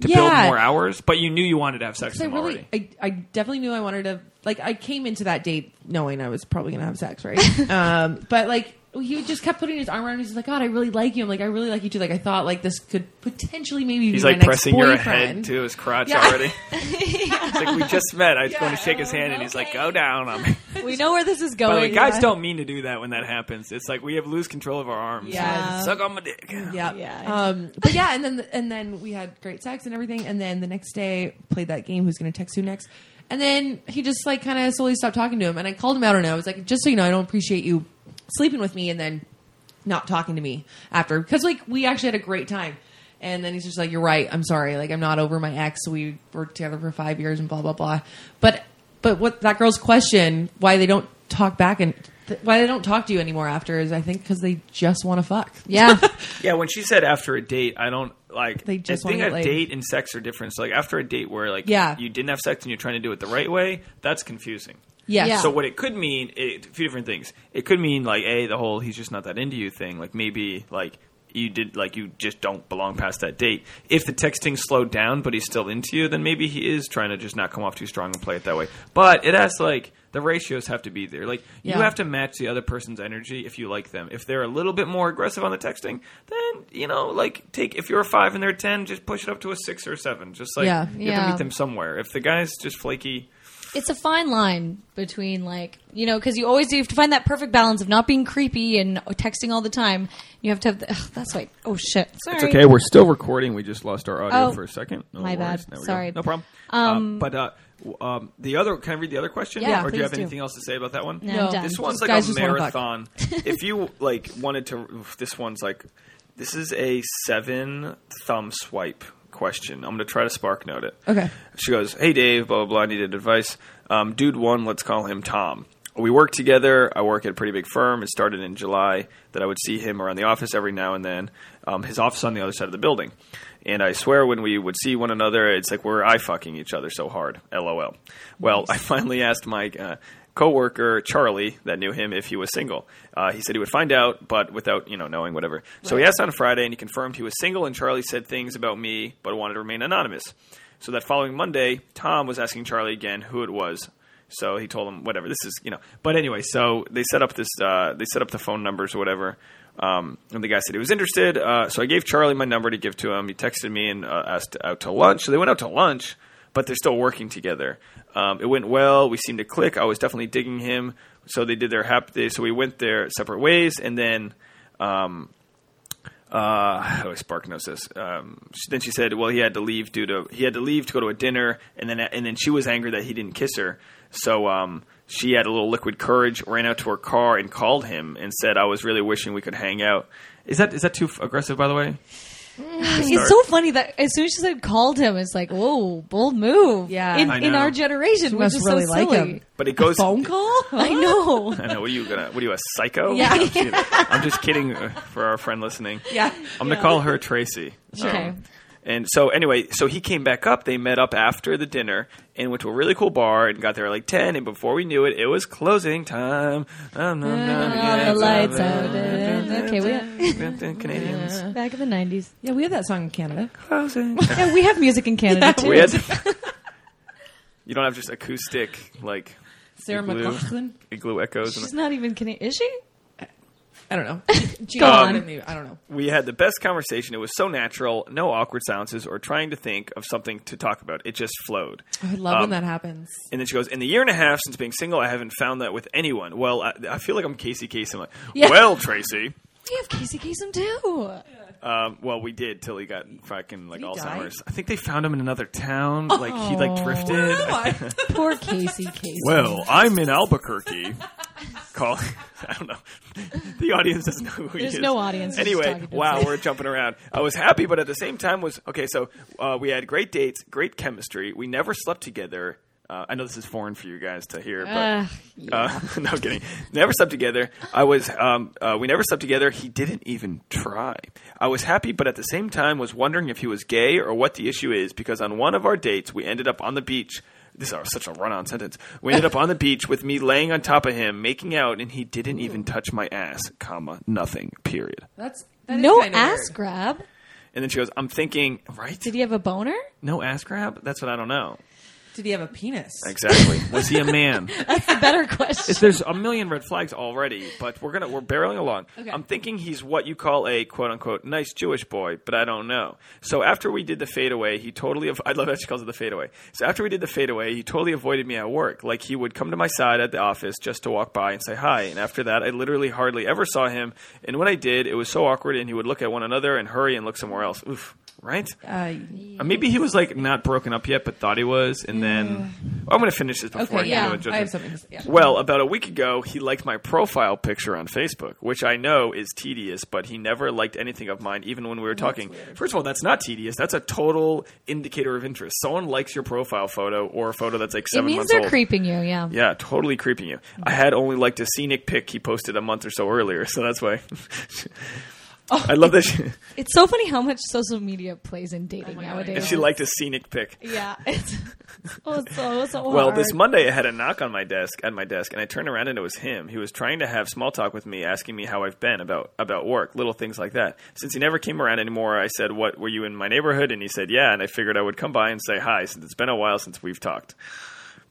S2: to
S1: Yeah.
S2: build more hours, but you knew you wanted to have sex with
S1: I
S2: them
S1: really, uh,
S2: already.
S1: I, I definitely knew I wanted to. Like, I came into that date knowing I was probably gonna have sex, right? um, but like, he just kept putting his arm around me. He's like, "God, I really like you." I'm like, "I really like you too." Like, I thought like this could potentially maybe
S2: He's
S1: be
S2: like
S1: my next
S2: pressing your head
S1: boyfriend.
S2: to his crotch
S1: Yeah.
S2: already. It's like we just met. I just want to shake his hand, and he's like,
S1: okay. Oh,
S2: "Go down." I'm,
S3: We know where this
S2: by
S3: is
S2: the
S3: going.
S2: way, guys
S3: yeah.
S2: don't mean to do that when that happens. It's like we have lose control of our arms.
S1: Yeah.
S2: suck on my dick.
S1: Yeah.
S3: Yeah.
S1: Um, but yeah, and then and then we had great sex and everything, and then the next day played that game. Who's going to text who next? And then he just like kind of slowly stopped talking to him, and I called him out on it. I was like, just so you know, I don't appreciate you sleeping with me and then not talking to me after because like we actually had a great time. And then he's just like, "You're right. I'm sorry. Like I'm not over my ex. We were together for five years and blah blah blah." But but what that girl's question, why they don't talk back and th- why they don't talk to you anymore after is I think because they just want to fuck.
S3: Yeah.
S2: Yeah, when she said after a date, I don't like.
S1: They just
S2: I think
S1: wanna get
S2: a
S1: laid.
S2: date and sex are different. So like after a date where like
S1: Yeah.
S2: you didn't have sex and you're trying to do it the right way, that's confusing.
S1: Yes.
S3: Yeah.
S2: So what it could mean, it, a few different things. It could mean like a the whole he's just not that into you thing. Like maybe like you did like you just don't belong past that date. If the texting slowed down, but he's still into you, then maybe he is trying to just not come off too strong and play it that way. But it has like the ratios have to be there. Like
S1: Yeah.
S2: you have to match the other person's energy if you like them. If they're a little bit more aggressive on the texting, then you know, like take if you're a five and they're a ten, just push it up to a six or a seven. Just like
S1: Yeah.
S2: you have
S3: Yeah.
S2: to meet them somewhere. If the guy's just flaky,
S3: it's a fine line between like you know because you always do you have to find that perfect balance of not being creepy and texting all the time. You have to have the, ugh, that's like oh shit sorry
S2: It's okay. We're still recording. We just lost our audio
S3: Oh,
S2: for a second. No
S3: my
S2: worries.
S3: bad.
S2: There we
S3: Sorry.
S2: Go. No problem.
S3: Um,
S2: Uh, but uh, w- um, the other, can I read the other question?
S3: Yeah,
S2: Or do you
S3: please
S2: have
S3: do.
S2: anything else to say about that one?
S3: No, I'm done.
S2: This one's
S1: Just-
S2: like
S1: guys
S2: a
S1: just wanna fuck.
S2: marathon. if you like wanted to, oof, this one's like, this is a seven thumb swipe question. I'm gonna try to spark note it.
S1: Okay.
S2: She goes, "Hey Dave, blah blah blah. I needed advice. Um, dude one, let's call him Tom. We work together. I work at a pretty big firm. It started in July that I would see him around the office every now and then. Um, his office on the other side of the building. And I swear, when we would see one another, it's like we're eye fucking each other so hard. LOL. Well, I finally asked my uh, coworker Charlie that knew him if he was single. Uh, he said he would find out, but without you know knowing whatever. So he asked on Friday, and he confirmed he was single. And Charlie said things about me, but wanted to remain anonymous. So that following Monday, Tom was asking Charlie again who it was. So he told him whatever this is, you know. But anyway, so they set up this, uh, they set up the phone numbers or whatever. Um, and the guy said he was interested. Uh, so I gave Charlie my number to give to him. He texted me and uh, asked out to lunch. So they went out to lunch, but they're still working together. Um, it went well. We seemed to click. I was definitely digging him. So they did their happy. So we went their separate ways, and then uh, how do I spark notes this? Um, she, then she said, "Well, he had to leave due to he had to leave to go to a dinner, and then and then she was angry that he didn't kiss her. So um, she had a little liquid courage, ran out to her car and called him and said, "I was really wishing we could hang out." Is that is that too f- aggressive? By the way,
S3: It's Mm, so funny that as soon as she said called him, it's like whoa bold move
S1: Yeah.
S3: in,
S2: I
S3: in our
S2: know.
S3: generation
S1: She
S3: which
S1: must
S3: is
S1: really
S3: so
S1: like
S3: silly.
S1: him.
S2: but it goes.
S1: Phone call?
S3: I know.
S2: I know. What are you gonna? What are you a psycho?
S3: Yeah.
S2: I'm, kidding. I'm just kidding uh, for our friend listening.
S1: Yeah.
S2: I'm gonna call her Tracy. So-
S3: Okay.
S2: And so anyway, so he came back up. They met up after the dinner and went to a really cool bar and got there at like ten. And before we knew it, it was closing time. Um, um, um, yeah,
S3: the lights
S2: um,
S3: out.
S2: um,
S3: Okay,
S2: um, Canadians
S3: Back in the nineties,
S1: Yeah, we have that song in Canada.
S2: closing.
S3: yeah, we have music in Canada too.
S2: we had. You don't have just acoustic like
S1: Sarah
S2: Igloo.
S1: McLaughlin.
S2: igloo echoes. and
S3: She's not even Canadian, is she?
S1: I don't know. Gina,
S2: Um,
S3: on.
S1: I don't know. I don't know.
S2: we had the best conversation. It was so natural, no awkward silences or trying to think of something to talk about. It just flowed.
S1: I love when
S2: Um,
S1: that happens.
S2: And then she goes, "In the year and a half since being single, I haven't found that with anyone." Well, I, I feel like I'm Casey Kasem. Like, well, Tracy.
S3: We have Casey Kasem too.
S2: Um, well, we did till he got fucking like
S1: He
S2: Alzheimer's. I think they found him in another town. Like he like drifted. I think-
S3: Poor Casey Kasem.
S2: well, I'm in Albuquerque. Call. I don't know. The audience doesn't know who he
S3: There's
S2: is.
S3: no audience, we're just
S2: Anyway,
S3: talking to
S2: wow,
S3: himself.
S2: we're jumping around. I was happy, but at the same time was okay. So uh, we had great dates, great chemistry. We never slept together. Uh, I know this is foreign for you guys to hear, but
S3: Ugh,
S2: Uh, no kidding. Never slept together. I was. Um, uh, we never slept together. He didn't even try. I was happy, but at the same time was wondering if he was gay or what the issue is because on one of our dates we ended up on the beach. This is such a run-on sentence. We ended up on the beach with me laying on top of him, making out, and he didn't even touch my ass, comma nothing, period.
S1: That's that is
S3: no
S1: kinda
S3: ass
S1: weird.
S3: grab.
S2: And then she goes, "I'm thinking, right?
S3: Did he have a boner?
S2: No ass grab? That's what I don't know
S1: Did he have a penis?
S2: exactly. Was he a man?"
S3: That's a better question.
S2: It's- there's a million red flags already, but we're gonna we're barreling along.
S1: Okay.
S2: I'm thinking he's what you call a quote unquote nice Jewish boy, but I don't know. So after we did the fadeaway, he totally. Av- I love how she calls it the fadeaway. So after we did the fadeaway, he totally avoided me at work. Like he would come to my side at the office just to walk by and say hi. And after that, I literally hardly ever saw him. And when I did, it was so awkward. And he would look at one another and hurry and look somewhere else. Oof. Right?
S1: Uh,
S2: Uh, Maybe he was like not broken up yet, but thought he was, and then I'm going to finish this before I
S1: okay,
S2: get
S1: yeah.
S2: into a judgment.
S1: I have something to say. Yeah.
S2: Well, about a week ago, he liked my profile picture on Facebook, which I know is tedious, but he never liked anything of mine, even when we were talking. First of all, that's not tedious. That's a total indicator of interest. Someone likes your profile photo or a photo that's like
S3: it
S2: seven
S3: means
S2: months
S3: they're
S2: old.
S3: creeping you. Yeah.
S2: Yeah, totally creeping you. I had only liked a scenic pic he posted a month or so earlier, so that's why.
S1: Oh.
S2: I love that she,
S3: It's so funny how much social media plays in dating
S1: my God, I
S3: nowadays.
S2: she liked a scenic pic.
S3: yeah. It's, Oh, so, so
S2: Well,
S3: hard.
S2: this Monday I had a knock on my desk at my desk, and I turned around and it was him. He was trying to have small talk with me, asking me how I've been about about work, little things like that. Since he never came around anymore, I said, "What were you in my neighborhood?" And he said, "Yeah." And I figured I would come by and say hi, since it's been a while since we've talked.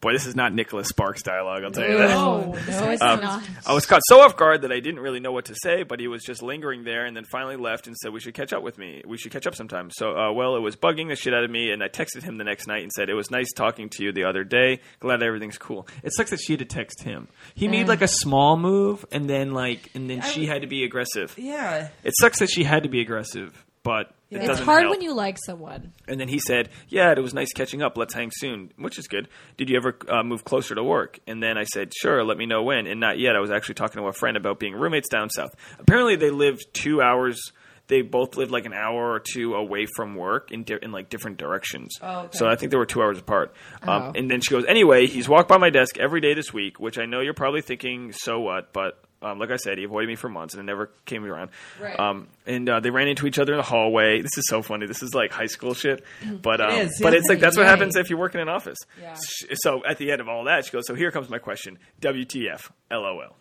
S2: Boy, this is not Nicholas Sparks dialogue. I'll tell you that.
S3: No, no, it's
S2: Um,
S3: not.
S2: I was caught so off guard that I didn't really know what to say, but he was just lingering there and then finally left and said, We should catch up with me. We should catch up sometime. So, uh, well, it was bugging the shit out of me, and I texted him the next night and said, It was nice talking to you the other day. Glad everything's cool. It sucks that she had to text him. He made like a small move, and then, like, and then she had to be aggressive.
S1: Yeah.
S2: It sucks that she had to be aggressive, but it
S3: It's
S2: doesn't
S3: hard
S2: help.
S3: when you like someone.
S2: And then he said, "Yeah, it was nice catching up. Let's hang soon," which is good. Did you ever uh, move closer to work? And then I said, "Sure, let me know when." And not yet. I was actually talking to a friend about being roommates down south. Apparently, they lived two hours. They both lived like an hour or two away from work in, di- in like different directions.
S1: Oh, okay.
S2: So I think they were two hours apart. Um,
S3: Oh.
S2: And then she goes, "Anyway, he's walked by my desk every day this week, which I know you're probably thinking, so what?" But um, like I said, he avoided me for months and it never came around.
S1: Right.
S2: Um, and uh, they ran into each other in the hallway. This is so funny. This is like high school shit, but um,
S1: Mm-hmm. is,
S2: but
S1: yeah.
S2: it's like that's what
S3: Right.
S2: happens if you work in an office.
S1: Yeah.
S2: Sh- So at the end of all that, she goes, "So here comes my question. WTF? LOL.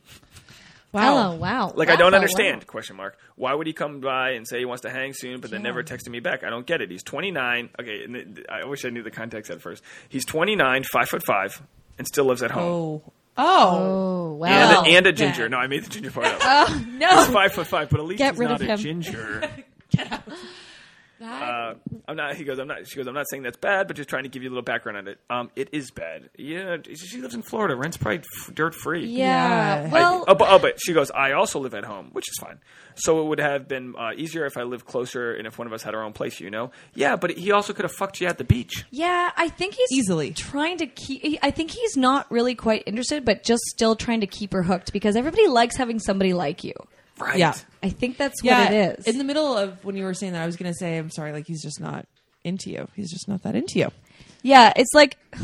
S3: Hello, wow.
S2: Like I
S3: Wow,
S2: don't
S3: wow,
S2: understand?
S3: wow.
S2: Question mark. Why would he come by and say he wants to hang soon, but then
S3: Yeah.
S2: never texted me back? I don't get it. He's 29. Okay, and th- I wish I knew the context at first. He's 29, five foot five, and still lives at home.
S1: Oh. Oh.
S3: Oh, wow.
S2: And,
S1: Oh,
S2: a, and a
S1: yeah.
S2: ginger. No, I made the ginger part up.
S3: no.
S2: five foot five, but at least
S3: Get
S2: he's
S3: rid
S2: not
S3: of
S2: a
S3: him.
S2: ginger.
S3: That-
S2: Uh, I'm not. He goes. I'm not. She goes. I'm not saying that's bad, but just trying to give you a little background on it. Um, it is bad. Yeah, she lives in Florida. Rent's probably f- dirt free.
S3: yeah.
S1: Yeah.
S2: I-
S3: Well,
S2: oh, but, oh, but she goes. I also live at home, which is fine. So it would have been uh, easier if I lived closer and if one of us had our own place. You know. Yeah, but he also could have fucked you at the beach.
S3: yeah, I think he's
S1: Easily.
S3: trying to keep. I think he's not really quite interested, but just still trying to keep her hooked because everybody likes having somebody like you.
S2: Right.
S1: Yeah.
S3: I think that's
S1: Yeah.
S3: what it is.
S1: In the middle of when you were saying that, I was going to say, I'm sorry, like he's just not into you. He's just not that into you.
S3: Yeah, it's like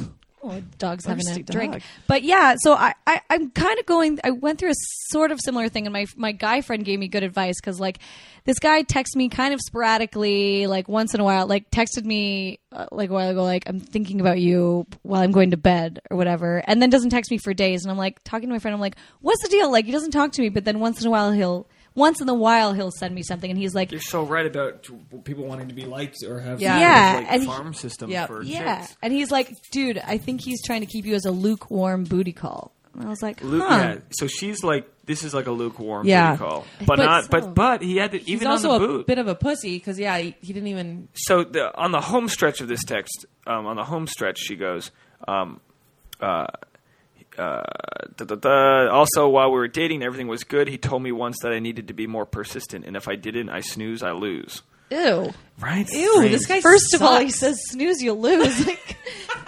S3: oh, dog's having a
S1: Thirsty
S3: drink.
S1: dog.
S3: But yeah, so I, I I'm kind of going. I went through a sort of similar thing, and my my guy friend gave me good advice because like this guy texts me kind of sporadically, like once in a while, like texted me uh, like a while ago, like I'm thinking about you while I'm going to bed or whatever, and then doesn't text me for days, and I'm like talking to my friend, I'm like, what's the deal? Like he doesn't talk to me, but then once in a while he'll. Once in a while, he'll send me something, and he's like,
S4: You're so right about people wanting to be liked or have
S1: Yeah.
S4: some
S3: Yeah,
S4: sort of,
S3: and
S4: like,
S3: he-
S4: farm system
S1: Yeah.
S4: for
S3: Yeah,
S4: chicks.
S3: and he's like, dude, I think he's trying to keep you as a lukewarm booty call. And I was like, huh.
S2: Lu- Yeah. So she's like, this is like a lukewarm
S1: Yeah.
S2: booty call,
S3: I
S2: but
S3: think
S2: not.
S3: so.
S2: But but he had to, even
S1: He's
S2: on
S1: also
S2: the
S1: a
S2: boot.
S1: bit of a pussy because, yeah, he, he didn't even.
S2: so the, on the home stretch of this text, um, on the home stretch, she goes, um, uh, uh, da, da, da. also while we were dating, everything was good. He told me once that I needed to be more persistent, and if I didn't, I snooze, I lose.
S3: Ew.
S2: Right?
S1: Ew, this guy
S3: First of all, he
S1: sucks.
S3: says snooze, you lose. Like,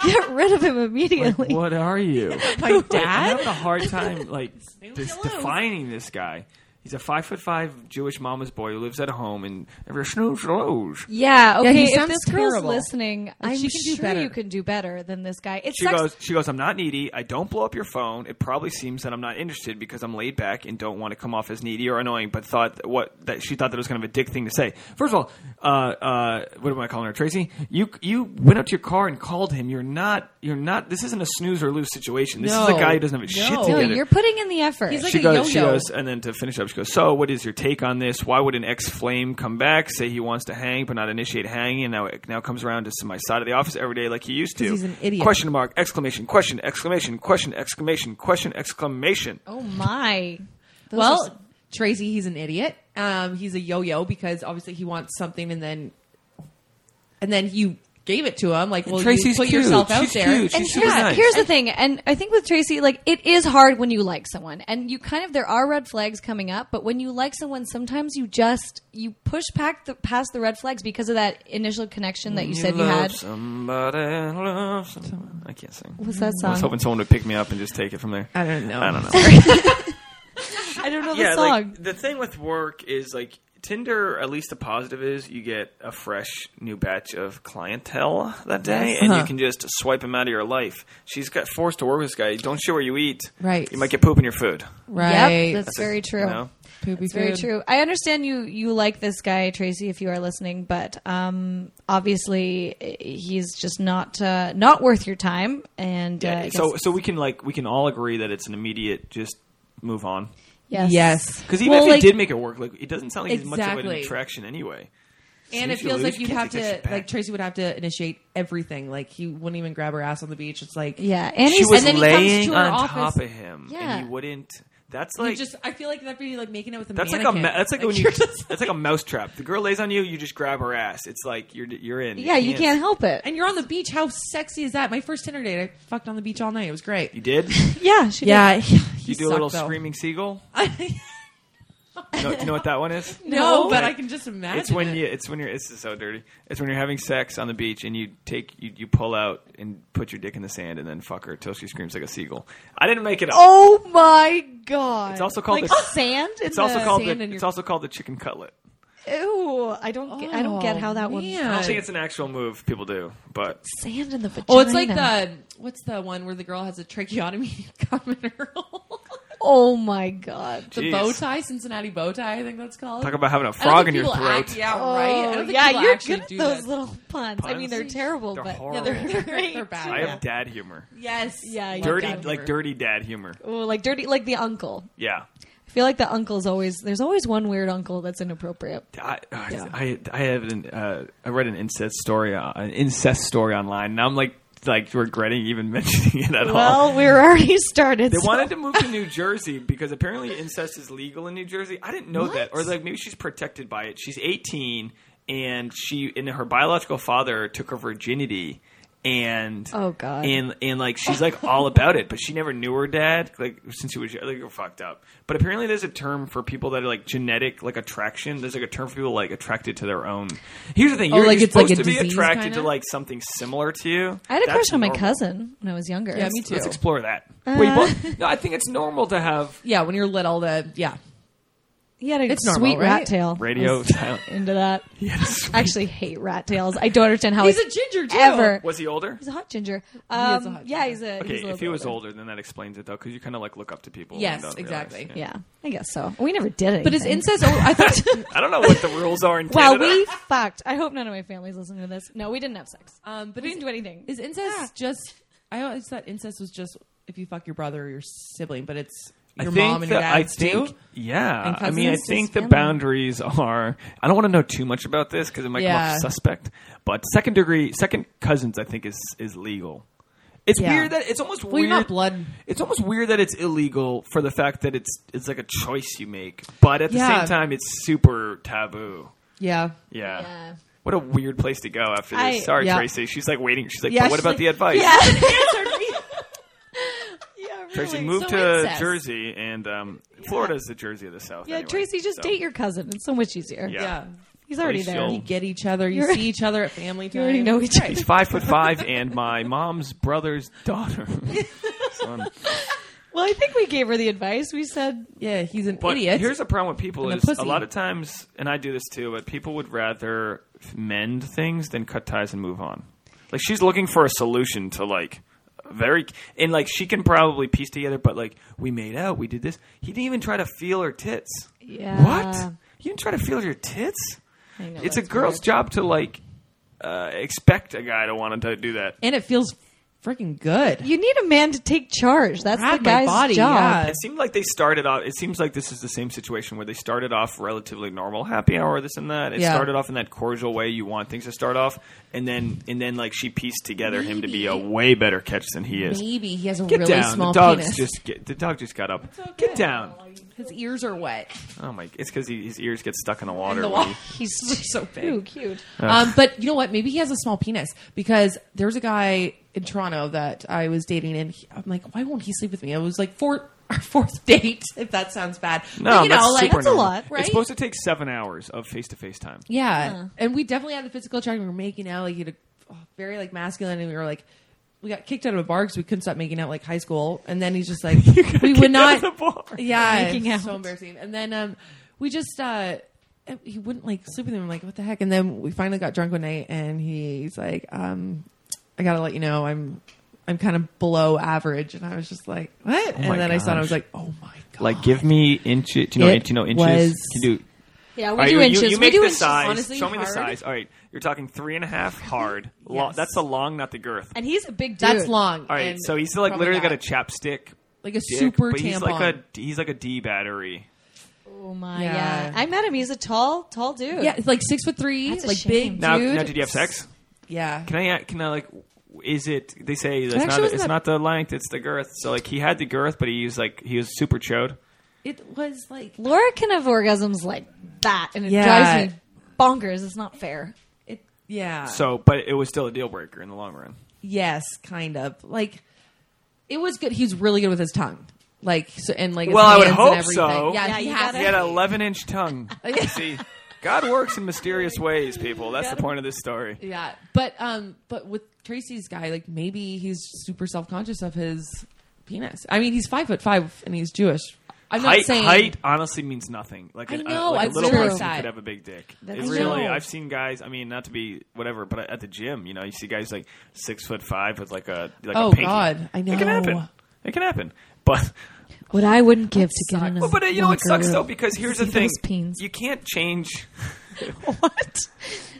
S3: get rid of him immediately.
S2: What are you?
S1: My
S2: I'm
S1: dad?
S2: having a hard time like
S1: you
S2: just
S1: lose.
S2: defining this guy. He's a five foot five Jewish mama's boy who lives at home and every snooze lose.
S3: Yeah.
S1: Yeah, he
S3: Okay. if
S1: sounds
S3: this girl's
S1: terrible.
S3: listening, I'm
S1: she can do
S3: sure
S1: better.
S3: you can do better than this guy. It
S2: She
S3: sucks.
S2: goes. She goes. I'm not needy. I don't blow up your phone. It probably seems that I'm not interested because I'm laid back and don't want to come off as needy or annoying. But thought that what that she thought that was kind of a dick thing to say. First of all, uh, uh, what am I calling her, Tracy? You you went up to your car and called him. You're not. You're not. This isn't a snooze or lose situation. This is
S1: No.
S2: a guy who doesn't have his
S1: No.
S2: shit
S1: No,
S2: together.
S3: no, you're putting in the effort.
S1: He's like
S2: she
S1: a
S2: goes,
S1: yo-yo.
S2: she goes, and then to finish up, she goes. So, what is your take on this? Why would an ex flame come back, say he wants to hang, but not initiate hanging, and now now comes around to my side of the office every day like he used to?
S1: 'Cause he's an idiot.
S2: Question mark! Exclamation! Question! Exclamation! Question! Exclamation! Question! Exclamation!
S3: oh my. Those
S1: Well,
S3: are s-
S1: Tracy, he's an idiot. Um, he's a yo-yo because obviously he wants something, and then and then you gave it to him. Like, well, you
S2: Tracy's
S1: put
S2: cute.
S1: yourself out
S2: She's
S1: there.
S2: cute.
S1: And
S2: She's
S1: yeah,
S2: super nice.
S3: Here's the thing, and I think with Tracy, like it is hard when you like someone, and you kind of there are red flags coming up. But when you like someone, sometimes you just you push back the, past the red flags because of that initial connection that you, said you
S2: love
S3: had.
S2: Somebody love someone. I can't sing.
S3: What's that
S2: I was
S3: song?
S2: hoping someone would pick me up and just take it from there.
S1: I don't know.
S2: I don't know.
S3: I don't know the
S2: yeah,
S3: song.
S2: like the thing with work is like Tinder, at least the positive is you get a fresh new batch of clientele that day, and you can just swipe them out of your life. She's got forced to work with this guy. Don't show where you eat.
S1: Right.
S2: You might get poop in your food.
S1: Right.
S3: Yep, that's, very true.
S2: You know?
S1: Poopy
S3: It's very
S1: food.
S3: true. I understand you you like this guy Tracy if you are listening, but um, obviously eh, he's just not uh, not worth your time. And uh, I
S2: so
S3: guess-
S2: so we can like we can all agree that it's an immediate just move on.
S3: yes,
S1: Yes.
S2: Because even
S3: Well,
S2: if
S3: like-
S2: he did make it work, like it doesn't sound like he's much of an
S1: Exactly.
S2: attraction anyway.
S1: And it
S2: Seriously,
S1: feels
S2: Lou,
S1: like
S2: you
S1: you
S2: can't
S1: have
S2: take that
S1: to,
S2: shit back.
S1: like Tracy would have to initiate everything. Like he wouldn't even grab her ass on the beach. It's like
S3: yeah. And
S2: She
S3: he's
S2: was
S1: and then he comes
S2: laying
S1: to her
S2: on
S1: office.
S2: top of him,
S3: Yeah.
S2: and he wouldn't. That's
S1: you
S2: like
S1: just. I feel like that'd be like making it with a
S2: That's like a
S1: mannequin.
S2: ma- that's like, when you
S1: you're just-
S2: that's like a mousetrap. The girl lays on you, you just grab her ass. It's like you're you're in.
S3: yeah, you can't help it.
S1: and you're on the beach. How sexy is that? My first Tinder date, I fucked on the beach all night. It was great.
S2: You did.
S3: yeah, she
S1: yeah,
S3: did.
S1: he-
S2: You
S1: he
S2: do a little
S1: sucked, though.
S2: screaming seagull. You know, you know what that one is?
S1: no,
S3: No.
S1: but I can just imagine.
S2: It's when
S1: it.
S2: you. It's when you're. This is so dirty. It's when you're having sex on the beach and you take you, you pull out and put your dick in the sand and then fuck her till she screams like a seagull. I didn't make it up.
S3: Oh my god!
S2: It's also called
S3: like
S2: the-
S3: sand. in
S2: it's also
S3: the-
S2: called the,
S1: sand in
S2: It's
S1: your-
S2: also called the chicken cutlet.
S3: Ew! I don't. Get, I don't get how that one.
S1: Oh, man.
S2: I don't think it's an actual move people do, but
S3: Sand in the vagina.
S1: Oh, it's like the what's the one where the girl has a tracheotomy mineral.
S3: Oh my god!
S1: the
S2: Jeez.
S1: bow tie, Cincinnati bow tie, I think that's called.
S2: talk about having a
S1: I don't
S2: frog in
S1: think
S2: your
S1: people
S2: throat.
S1: act- yeah, right. I
S3: Oh,
S1: don't think
S3: yeah,
S1: people
S3: you're
S1: actually
S3: good at
S1: do
S3: those
S1: that.
S3: little puns. I mean, they're
S2: Puns?
S3: terrible,
S2: They're
S3: but
S2: horrible.
S3: yeah, they're great.
S1: They're bad.
S2: I
S1: Yeah.
S2: have dad humor.
S1: Yes.
S3: Yeah, yeah.
S2: Dirty,
S3: dad
S2: like dirty dad humor.
S3: Oh, like dirty, like the uncle.
S2: Yeah.
S3: I feel like the uncle's always. There's always one weird uncle that's inappropriate.
S2: I, I, I, I have an uh, I read an incest story uh, an incest story online. Now I'm like like regretting even mentioning it at all.
S3: Well, we're already started.
S2: They
S3: so-
S2: wanted to move to New Jersey because apparently incest is legal in New Jersey. I didn't know that, or like maybe she's protected by it. She's 18, and she and her biological father took her virginity, and
S3: Oh, God.
S2: and and like she's like all about it, but she never knew her dad like since he was like you're fucked up. But apparently, there's a term for people that are like genetic like attraction. There's like a term for people like attracted to their own. Here's the thing:
S3: Oh,
S2: you're,
S1: like
S2: you're
S1: it's like
S2: supposed
S1: a
S2: to be
S1: disease
S2: attracted
S1: kinda?
S2: to like something similar to you.
S3: I had a
S2: That's
S3: crush on my
S2: normal.
S3: cousin when I was younger.
S1: Yeah, me too.
S2: Let's explore that.
S3: Uh.
S2: Wait, what? No, I think it's normal to have
S1: Yeah, when you're little, the yeah.
S3: He had a
S1: It's normal,
S3: sweet rat
S1: right?
S3: tail. I
S2: radio.
S3: was
S2: Silent.
S3: into that.
S2: Yes.
S3: I actually hate rat tails. I don't understand how
S1: He's
S3: it's
S1: a ginger, too.
S3: Ever.
S2: Was he older?
S3: He's a hot ginger.
S1: a
S3: Um,
S1: hot
S3: Yeah,
S1: ginger.
S3: he's a.
S2: Okay,
S3: he's a
S2: if he was
S3: older.
S2: older, then that explains it though, because you kind of like look up to people.
S1: Yes,
S2: and don't
S1: exactly.
S2: realize,
S3: Yeah, I guess so. We never did it.
S1: But is incest? Oh, I thought.
S2: I don't know what the rules are in
S3: Well,
S2: Canada.
S3: we fucked. I hope none of my family's listening to this. No, we didn't have sex.
S1: Um, but
S3: we
S1: is-
S3: didn't do anything.
S1: Is incest just? I always thought incest was just if you fuck your brother or your sibling, but it's
S2: I
S1: your
S2: think
S1: mom and your
S2: that- I
S1: dad's
S2: think,
S1: too.
S2: Yeah,
S1: And
S2: I mean, I
S1: cousins,
S2: think
S1: just
S2: the
S1: family.
S2: boundaries are. I don't want to know too much about this because it might come
S1: Yeah.
S2: off suspect. But second degree, second cousins, I think is is legal. It's
S1: Yeah.
S2: weird that it's almost
S1: Well,
S2: weird.
S1: you're not blood.
S2: It's almost weird that it's illegal for the fact that it's it's like a choice you make, but at the
S1: Yeah.
S2: same time, it's super taboo.
S1: Yeah.
S2: Yeah.
S3: Yeah.
S2: What a weird place to go after this.
S3: I-
S2: Sorry,
S1: Yeah.
S2: Tracy. She's like waiting. She's like,
S1: Yeah,
S2: but what
S1: she's
S2: about
S1: like-
S2: the advice?
S3: Yeah.
S2: Tracy, move
S1: So
S2: to
S1: incest.
S2: Jersey, and um, Florida's the Jersey of the South.
S3: Yeah,
S2: anyway,
S3: Tracy, just
S2: so.
S3: date your cousin. It's so much easier.
S2: Yeah.
S1: Yeah.
S3: He's already
S2: Please
S3: there.
S2: don't.
S1: You get each other. You
S3: You're-
S1: see each other at family time.
S3: You already know each other.
S2: He's five foot five, and my mom's brother's daughter. Son.
S3: Well, I think we gave her the advice. We said,
S1: Yeah, he's an
S2: But
S1: idiot.
S2: here's the problem with people
S1: And a
S2: is a
S1: pussy.
S2: lot of times, and I do this too, but people would rather mend things than cut ties and move on. Like she's looking for a solution to like very and like she can probably piece together, but like we made out, we did this. He didn't even try to feel her tits.
S3: Yeah.
S2: What? You didn't try to feel your tits?
S3: I know
S2: it's a
S3: that's
S2: girl's
S3: weird.
S2: job to like uh, expect a guy to want to do that.
S1: and it feels freaking good.
S3: You need a man to take charge. That's
S1: Ride
S3: the
S1: my
S3: guy's
S1: body,
S3: job.
S1: yeah.
S2: It seemed like they started off. It seems like this is the same situation where they started off relatively normal happy hour, this and that. It
S1: Yeah.
S2: started off in that cordial way you want things to start off, and then and then like she pieced together him to be a way better catch than he is.
S1: Maybe he has a
S2: Get
S1: really
S2: down.
S1: small
S2: the dog's
S1: penis.
S2: just get, the dog just got up. Get down.
S1: His ears are wet.
S2: Oh my! It's because his ears get stuck in the water.
S1: In the
S2: when
S1: wall.
S2: he-
S1: He's so big.
S3: Ooh, cute.
S1: Um, but you know what? Maybe he has a small penis because there's a guy in Toronto that I was dating, and he, I'm like, why won't he sleep with me? It was like four, our fourth date, if that sounds bad.
S2: no,
S1: but, you
S2: that's
S1: know, like
S2: super
S3: That's a
S2: normal.
S3: lot,
S1: right?
S2: It's supposed to take seven hours of face to face time.
S1: yeah. And we definitely had the physical attraction. We were making out like you had a oh, very like masculine, and we were like. We got kicked out of a bar because we couldn't stop making out like high school, and then he's just like, "We would
S2: Get down
S1: not."
S2: to the bar.
S1: Yeah,
S3: Making
S1: it's
S3: out.
S1: so embarrassing. And then um, we just uh, he wouldn't like sleep with him. I'm like, what the heck? And then we finally got drunk one night, and he's like, um, I gotta let you know, I'm, I'm kind of below average. And I was just like, what? and
S2: Oh my
S1: then I saw, it, and I was
S2: gosh.
S1: like, oh my god.
S2: Like, give me inches. Do you know,
S1: It
S2: do you know inches?
S1: was-
S2: Can you do,
S3: Yeah, we
S2: All right,
S3: do
S2: you, you-
S3: inches.
S2: You,
S3: we
S2: make
S3: do
S2: the
S3: inches.
S2: size.
S1: honestly
S2: Show me the
S1: hard.
S2: size. All right, you're talking three and a half hard. Lo-
S1: Yes.
S2: that's the long, not the girth.
S3: And he's a big dude.
S1: that's long.
S2: All right,
S1: and
S2: so he's like
S1: probably
S2: literally got a
S1: not.
S2: chapstick.
S1: like a
S2: dick,
S1: super
S2: but
S1: tampon.
S2: he's like a he's like a D battery.
S3: Oh my
S1: Yeah.
S3: god! I met him. He's a tall, tall dude.
S1: yeah, it's like six foot three,
S3: That's a
S1: like
S3: shame.
S1: big
S2: Now,
S1: dude.
S2: now, did you have sex?
S1: Yeah.
S2: Can I? Can I like? Is it? They say that's
S1: actually
S2: not. It's
S1: wasn't that-
S2: not the length. It's the girth. So like he had the girth, but he was like he was super chode.
S1: It was like
S3: Laura can have orgasms like that, and it
S1: Yeah.
S3: drives me bonkers. It's not fair.
S1: it. Yeah.
S2: So, but it was still a deal breaker in the long run.
S1: yes, kind of. Like it was good. He's really good with his tongue. Like so, and like. his
S2: Well, I would
S1: hands and
S2: hope so.
S1: everything. Yeah,
S3: Yeah,
S1: he
S3: you
S1: has
S3: gotta-
S2: He had an 11 inch tongue.
S1: Oh,
S2: See, God works in mysterious ways, people. That's the point of this story.
S1: Yeah, but um, but with Tracy's guy, like maybe he's super self conscious of his penis. I mean, he's five foot five and he's Jewish. I'm not
S2: height,
S1: saying
S2: height honestly means nothing. Like,
S1: I
S2: an-
S1: know,
S2: a, like
S1: I've
S2: a little
S1: heard
S2: person
S1: that.
S2: could have a big dick.
S3: That's
S2: it
S3: true.
S2: really,
S1: No.
S2: I've seen guys. I mean, not to be whatever, but at the gym, you know, you see guys like six foot five with like a like
S1: Oh,
S2: a pinky.
S1: God, I
S2: It can happen.
S1: know.
S2: It can happen. But
S3: What I wouldn't give to get in a
S2: well, but uh, you know, it
S3: locker
S2: sucks
S3: room.
S2: though because here's
S3: See
S2: the thing:
S3: those peens.
S2: you can't change.
S3: what?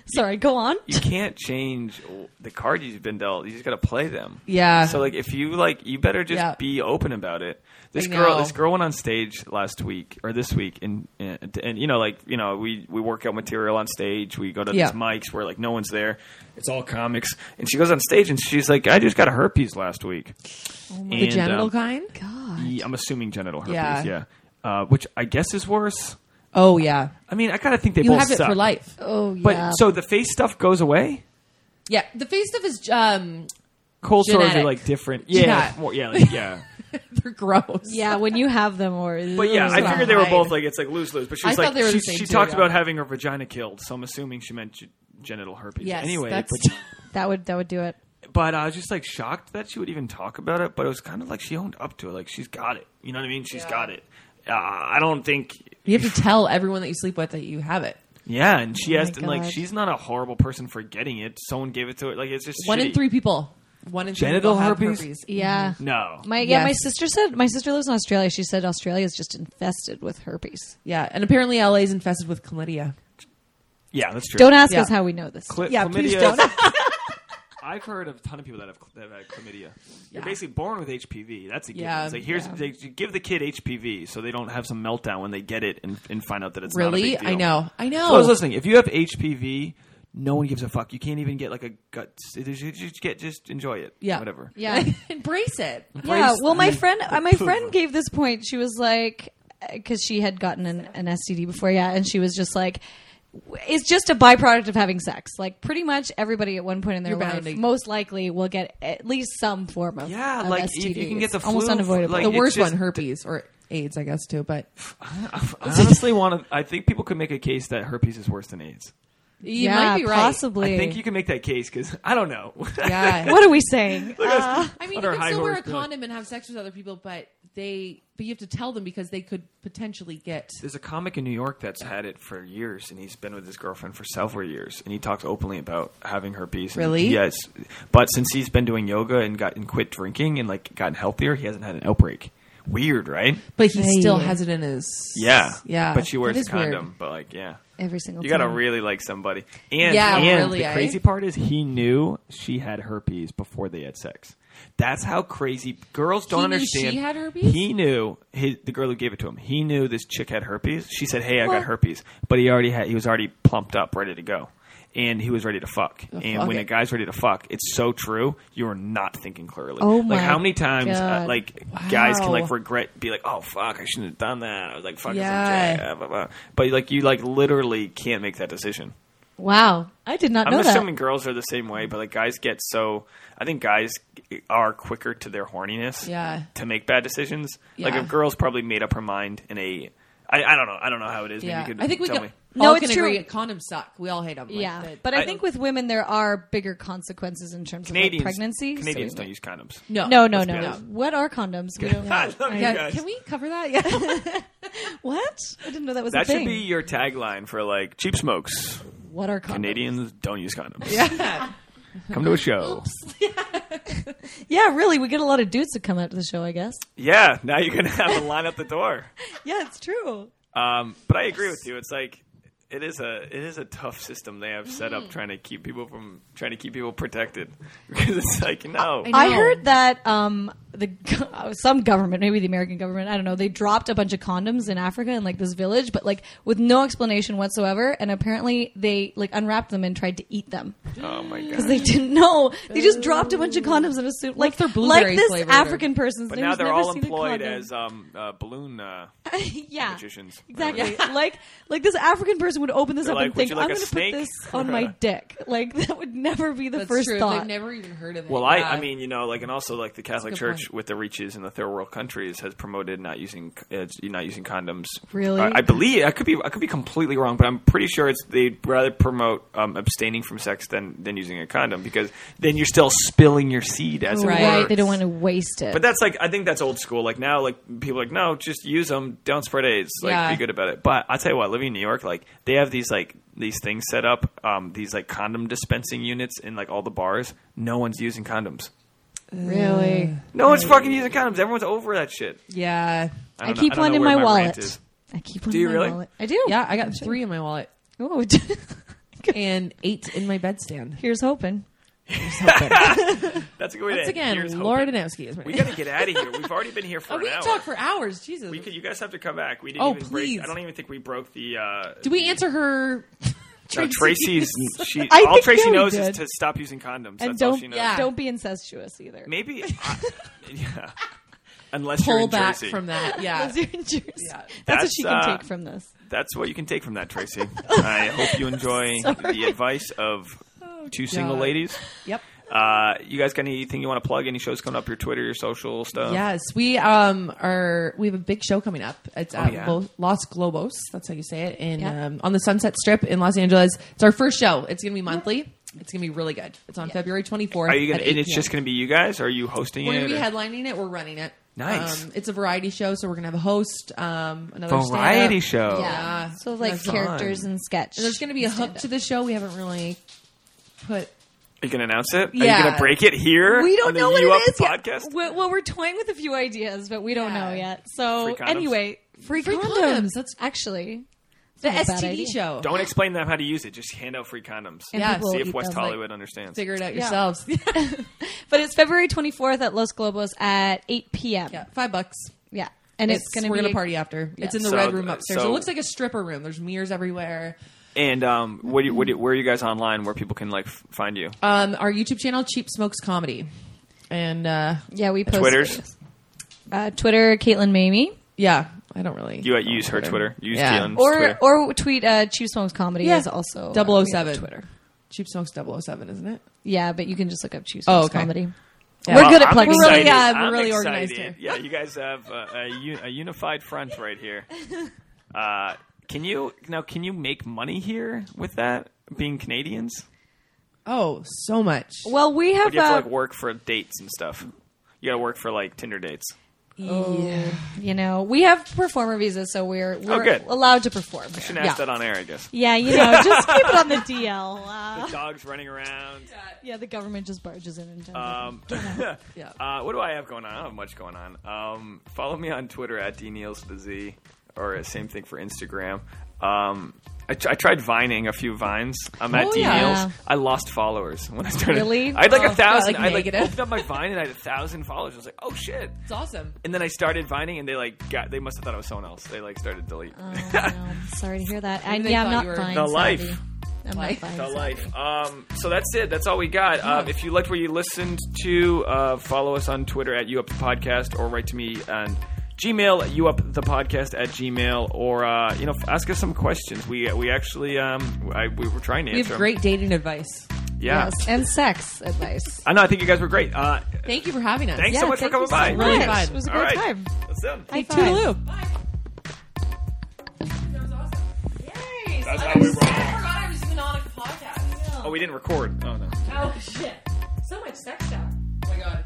S3: Sorry, go on.
S2: You can't change the cards you've been dealt. You just got to play them.
S1: Yeah.
S2: So like, if you like, you better just
S1: Yeah.
S2: be open about it. This
S1: I
S2: girl,
S1: know.
S2: this girl went on stage last week or this week, and and, and, you know, like you know, we we work out material on stage. We go to
S1: Yeah.
S2: these mics where like no one's there. It's all comics, and she goes on stage and she's like, "I just got a herpes last week."
S1: the
S2: And,
S1: Oh genital
S2: um,
S1: kind.
S3: God,
S2: yeah, I'm assuming genital herpes.
S1: Yeah.
S2: Yeah. Uh, which I guess is worse.
S1: Oh yeah,
S2: I mean, I kind of think they
S1: you
S2: both
S1: have it
S2: suck.
S1: for life.
S3: oh yeah.
S2: But so the face stuff goes away.
S1: Yeah, the face stuff is um,
S2: Cold sores
S1: Genetic.
S2: are like different.
S1: Yeah.
S2: Yeah, more, yeah, like, yeah.
S1: they're gross.
S3: yeah, when you have them, or
S2: But yeah, I
S1: Wow.
S2: figured they were
S1: Right.
S2: both like it's like lose lose. But she
S1: I
S2: was
S1: thought
S2: like
S1: they were the
S2: she,
S1: same
S2: she
S1: too,
S2: talked
S1: yeah.
S2: about having her vagina killed, so I'm assuming she meant g- genital herpes.
S1: Yes,
S2: anyway,
S1: that's
S3: that would that would do it.
S2: but, but I was just like shocked that she would even talk about it. But it was kind of like she owned up to it. Like she's got it. You know what I mean? She's got it. Uh, I don't think.
S1: you have to tell everyone that you sleep with that you have it.
S2: Yeah, and she
S3: Oh my
S2: asked, and like
S3: God.
S2: she's not a horrible person for getting it. Someone gave it to her. Like it's just
S1: One
S2: shitty.
S1: in three people. One in three
S2: Genital
S1: people have
S2: herpes?
S3: Yeah.
S2: No,
S3: My yeah, my
S1: Yes.
S3: sister said my sister lives in Australia. She said Australia is just infested with herpes.
S1: Yeah, and apparently LA is infested with chlamydia.
S2: yeah, that's true.
S3: Don't ask
S1: Yeah.
S3: us how we know this.
S2: Cl-
S1: Yeah,
S2: chlamydia.
S1: please don't.
S2: I've heard of a ton of people that have that have had chlamydia.
S1: Yeah.
S2: You're basically born with HPV. That's a given.
S1: Yeah,
S2: it's like here's
S3: yeah.
S2: they you give the kid HPV so they don't have some meltdown when they get it and, and find out that it's Not a
S1: Really?
S2: big deal.
S1: I know. Oh. I know.
S2: So I was listening. If you have HPV, no one gives a fuck. You can't even get like a gut. You just get just enjoy it.
S1: yeah.
S2: whatever.
S3: Yeah.
S1: Embrace it.
S3: Yeah,
S2: Brace
S3: well, my
S2: the-
S3: friend,
S2: the
S3: uh, my
S2: poo.
S3: friend gave this point. She was like, because she had gotten an, an STD before, yeah, and she was just like, it's just a byproduct of having sex. Like pretty much everybody at one point in their
S1: You're bound
S3: life,
S1: to-
S3: most likely, will get at least some form of
S2: Yeah,
S3: of
S2: like, if
S3: STD.
S2: you can get the
S3: It's almost
S2: flu,
S3: unavoidable.
S2: like,
S1: The
S2: it's
S1: worst
S2: just-
S1: one, herpes or AIDS, I guess too. But
S2: I honestly want to. I think people could make a case that herpes is worse than AIDS.
S1: you
S3: yeah,
S1: might be right.
S3: possibly.
S2: I think you can make that case because I don't know.
S1: Yeah.
S3: what are we saying? Uh,
S1: I mean, you
S2: Under
S1: can
S2: high
S1: still wear a
S2: horse, really.
S1: condom and have sex with other people, but they, but you have to tell them because they could potentially get.
S2: There's a comic in New York that's had it for years, and he's been with his girlfriend for several years, and he talks openly about having herpes. and-
S1: Really?
S2: Yes, but since he's been doing yoga and got and quit drinking and like gotten healthier, he hasn't had an outbreak. Weird, right?
S1: But he
S3: Hey.
S1: still has it in his.
S2: Yeah,
S1: yeah.
S2: But she
S1: That
S2: wears a
S1: is weird.
S2: condom. But like, yeah,
S3: every single
S2: you gotta
S3: time.
S2: really like somebody. And
S1: Yeah,
S2: and
S1: really, eh?
S2: the crazy part is he knew she had herpes before they had sex. That's how crazy girls don't
S1: He knew she
S2: understand.
S1: had herpes?
S2: He knew his, the girl who gave it to him. He knew this chick had herpes. She said, "Hey, I got herpes," but he already had. He was already plumped up, ready to go. And he was ready to fuck. and
S1: fuck
S2: when
S1: it.
S2: a guy's ready to fuck, it's so true. You are not thinking clearly.
S3: Oh my
S2: like how many times, uh,
S3: God.
S2: like guys can like
S1: Wow.
S2: regret, be like, "Oh fuck, I shouldn't have done that." I was like, "Fuck,
S1: Yeah.
S2: yeah. blah, blah, blah. But like you like literally can't make that decision.
S3: Wow, I did not
S2: I'm
S3: know that.
S2: assuming girls are the same way, but like guys get so I think guys are quicker to their horniness
S1: Yeah.
S2: to make bad decisions. Like
S1: Yeah.
S2: if girls probably made up her mind in a I, I don't know. I don't know how it is.
S1: Yeah.
S2: Maybe you could
S1: I think we
S2: tell
S1: can,
S2: me.
S1: no,
S3: No,
S1: all
S3: it's
S1: can
S3: true.
S1: agree. Condoms suck. We all hate them. like,
S3: yeah,
S1: but-
S3: but I,
S2: I-
S3: think with women there are bigger consequences in terms
S2: Canadians
S3: of like pregnancy. so
S2: Canadians
S3: we
S2: don't
S3: might-
S2: use condoms.
S1: no,
S3: No, no,
S2: Let's
S3: no,
S2: be
S3: no.
S2: honest.
S3: What are condoms? We don't know.
S2: I love you
S1: Yeah,
S2: guys.
S1: can we cover that? Yeah.
S3: What? I didn't know that was a
S2: That should
S3: thing.
S2: be your tagline for like cheap smokes.
S3: what are condoms?
S2: Canadians don't use condoms. Come to a show.
S3: Yeah, really. We get a lot of dudes that come out to the show. I guess.
S2: Yeah, now you're gonna have a line out the door.
S3: Yeah, it's true.
S2: Um, but I agree with you. It's like it is a it is a tough system they have set
S3: Mm-hmm.
S2: up trying to keep people from trying to keep people protected because it's like no.
S1: I know.
S3: I heard that um, the some government, maybe the American government, I don't know, they dropped a bunch of condoms in Africa in like this village, but like with no explanation whatsoever. And apparently, they like unwrapped them and tried to eat them
S2: oh my
S3: because
S2: god.
S3: they didn't know. They just dropped a bunch of condoms in a suit, like
S1: they're
S3: like
S1: blueberry
S3: this
S1: flavored or-
S3: African person's.
S2: But
S3: name
S2: now
S3: who's
S2: they're
S3: never
S2: all
S3: seen a
S2: employed
S3: condom.
S2: as um, uh, balloon uh,
S3: yeah.
S2: magicians.
S3: Exactly. like like this African person would open this
S2: They're
S3: up
S2: like,
S3: and
S2: "Would
S3: think,
S2: you like
S3: I'm
S2: a
S3: going to put
S2: snake?"
S3: this on my dick. Like that would never be the
S1: That's
S3: first
S1: true.
S3: thought.
S1: They've never even heard of it.
S2: Well, I,
S1: Yeah.
S2: I mean, you know, like, and also like the Catholic
S1: Uh, good point.
S2: Church with the reaches in the third world countries has promoted not using uh, not using condoms.
S3: Really?
S2: I, I believe I could be I could be completely wrong, but I'm pretty sure it's they'd rather promote um, abstaining from sex than than using a condom because then you're still spilling your seed as
S1: Right.
S2: it were.
S3: They don't want to waste it.
S2: But that's like I think that's old school. Like now, like people are like no, just use them. Don't spread AIDS. Like
S1: Yeah.
S2: be good about it. But I tell you what, living in New York, like they have these like these things set up, um, these like condom dispensing units in like all the bars. No one's using condoms.
S3: really.
S2: No one's fucking using condoms. Everyone's over that shit.
S1: yeah,
S2: I,
S3: I,
S2: don't know-
S3: keep
S2: I don't
S3: one
S2: know
S3: in
S2: where
S3: my,
S2: rant
S3: wallet.
S2: is.
S3: I keep one
S2: Do
S3: in
S2: you
S3: my
S2: really?
S3: wallet. I do.
S1: yeah. I got three in my wallet
S3: Oh,
S1: and eight in my bedstand.
S3: here's hoping.
S2: That's a good way
S1: Once
S2: to end.
S1: again,
S2: Here's
S1: Laura
S2: hoping.
S1: Danowski is my
S2: We
S1: name.
S2: gotta get out of here. We've already been here for
S1: Oh,
S2: an
S1: we
S2: hour.
S1: can talk for hours. Jesus,
S2: we could, you guys have to come back. We didn't
S1: Oh,
S2: even
S1: please.
S2: break. I don't even think we broke the. Uh,
S1: did we answer her?
S2: no, Tracy's. She,
S3: I
S2: all
S3: think
S2: Tracy
S3: Gary
S2: knows
S3: did.
S2: is to stop using condoms.
S3: And
S2: That's all
S3: don't
S2: she knows.
S1: yeah.
S3: don't be incestuous either.
S2: Maybe. I, yeah. Unless you're
S1: pull
S2: in
S1: back
S2: Jersey.
S1: from that. Yeah,
S3: Unless you're in Jersey.
S1: Yeah.
S3: That's, what she can
S2: That's, uh,
S3: take from this.
S2: That's what you can take from that, Tracy. I hope you enjoy the advice of two single
S1: Oh, God.
S2: ladies.
S1: yep.
S2: Uh, you guys got anything you want to plug? Any shows coming up? Your Twitter, your social stuff?
S1: Yes, we um are. We have a big show coming up. It's at
S2: Oh, yeah.
S1: Lo- Los Globos. That's how you say it. In
S3: Yeah.
S1: um, on the Sunset Strip in Los Angeles. It's our first show. It's gonna be monthly. It's gonna be really good. It's on February twenty fourth.
S2: Are you gonna? And it's just gonna be you guys. Or are you hosting
S1: We're
S2: it?
S1: gonna be
S2: or-
S1: headlining it. We're running it.
S2: Nice.
S1: Um, it's a variety show, so we're gonna have a host. Um, another
S2: Variety
S1: stand-up.
S2: show.
S1: Yeah.
S3: So like
S1: That's
S3: characters and sketch.
S1: And there's gonna be a hook to the show. We haven't really put.
S2: You can announce it. Are
S1: Yeah.
S2: you gonna break it here?
S3: we don't
S2: on the
S3: know what
S2: U Up
S3: it is
S2: Podcast.
S3: yet. We're, well, we're toying with a few ideas, but we don't
S1: Yeah.
S3: know yet. So
S2: Free condoms?
S3: anyway, free,
S1: Free
S3: condoms.
S1: condoms, that's-
S3: actually
S1: The
S3: not a bad
S1: STD
S3: idea.
S1: show.
S2: Don't explain to them how to use it. Just hand out free condoms.
S3: And
S1: Yeah,
S3: people
S2: See
S3: eat
S2: if West
S3: them, like-
S2: Hollywood understands.
S1: Figure it out
S3: Yeah.
S1: yourselves.
S3: but it's February 24th at Los Globos at 8 p.m.
S1: yeah, five bucks.
S3: Yeah. And it's, going to
S1: we're
S3: be
S1: gonna party after. It's in the
S2: So,
S1: red room upstairs.
S2: so-
S1: it looks like a stripper room. There's mirrors everywhere.
S2: And um, what do you, what do you, where are you guys online? Where people can like f- find you?
S1: Um, our YouTube channel, Cheap Smokes Comedy, and uh,
S3: Yeah, we post
S2: Twitters.
S3: Uh, Twitter, Caitlin Mamie,
S1: yeah, I don't really.
S2: You uh, use her Twitter. You Use
S1: Yeah. Oh,
S2: Keelan's
S3: or
S2: Twitter.
S3: or tweet uh, Cheap Smokes Comedy
S1: Yeah.
S3: is also uh,
S1: 007.
S3: we have a Twitter.
S1: Cheap Smokes 007, isn't it?
S3: Yeah, but you can just look up Cheap
S1: Oh,
S3: Smokes
S1: okay.
S3: Comedy.
S1: Yeah.
S3: We're
S2: Wow,
S3: good at
S2: Uh, I'm
S3: plugging.
S1: We're really-
S2: excited.
S1: yeah, we're
S2: I'm
S1: really
S2: excited.
S1: organized here.
S2: Yeah, you guys have uh, a, u- a unified front right here. Uh, can you now? Can you make money here with that? Being Canadians,
S1: Oh, so much.
S3: Well, we
S2: Or
S3: have,
S2: do you have to
S3: uh,
S2: like work for dates and stuff. You got to work for like Tinder dates.
S1: Yeah.
S3: you know, we have performer visas, so we're we're
S2: Oh, good.
S3: allowed to perform.
S2: You
S3: Here.
S2: can ask
S3: Yeah.
S2: that on air, I guess.
S3: yeah, you know, just keep it on the DL. Uh,
S2: Dogs running around.
S3: yeah, the government just barges in and does
S2: Um,
S1: Yeah.
S2: uh, what do I have going on? I don't have much going on. Um, follow me on Twitter at dneils with a Z, or uh, same thing for Instagram. Um, I, t- I tried vining a few vines. I'm at
S1: Oh,
S2: dneils.
S3: yeah.
S2: I lost followers when I started.
S3: Really?
S2: I had like
S1: Oh,
S2: a thousand.
S1: got, like,
S2: I like
S1: negative.
S2: opened up my Vine and I had a thousand followers. I was like, oh shit.
S1: It's awesome.
S2: And then I started vining, and they like got. They must have thought I was someone else. They like started delete.
S1: Oh,
S3: it. No, I'm sorry to hear that. I,
S1: they
S3: yeah, I'm
S1: thought
S3: not
S1: you were-
S3: fine.
S2: The life.
S3: savvy. I'm
S1: Life.
S3: not fine.
S2: The
S3: savvy.
S2: life. Um, so that's it. That's all we got. Um, if you liked what you listened to, uh, follow us on Twitter at You Up the Podcast or write to me on Gmail You Up the Podcast at Gmail or uh, you know f- ask us some questions. We we actually um, I, we were trying to
S1: We
S2: answer.
S1: have
S2: 'em.
S1: great dating advice.
S2: Yeah.
S3: Yes, and sex advice.
S2: I know. I think you guys were great. Uh,
S1: Thank you for having us.
S2: thanks so
S3: Yeah,
S2: much
S3: thank
S2: for coming
S3: you so
S2: by.
S3: much.
S1: Really fun.
S3: It was a
S2: All
S3: great
S2: right.
S3: time.
S2: That's done.
S3: High
S1: Hey,
S3: five.
S1: Toodaloo.
S2: That's how we roll.
S1: forgot I was even on a podcast.
S2: Oh, we didn't record. Oh no.
S1: Oh, shit. So much sex talk. Oh, my God.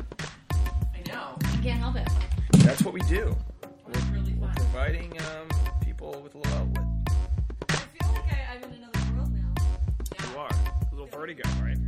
S1: I know.
S3: Can't help it.
S2: That's what we do. We're providing. Um, bowl with a little outlet.
S3: I feel like I, I'm in another world now.
S2: You are. A little vertigo, right?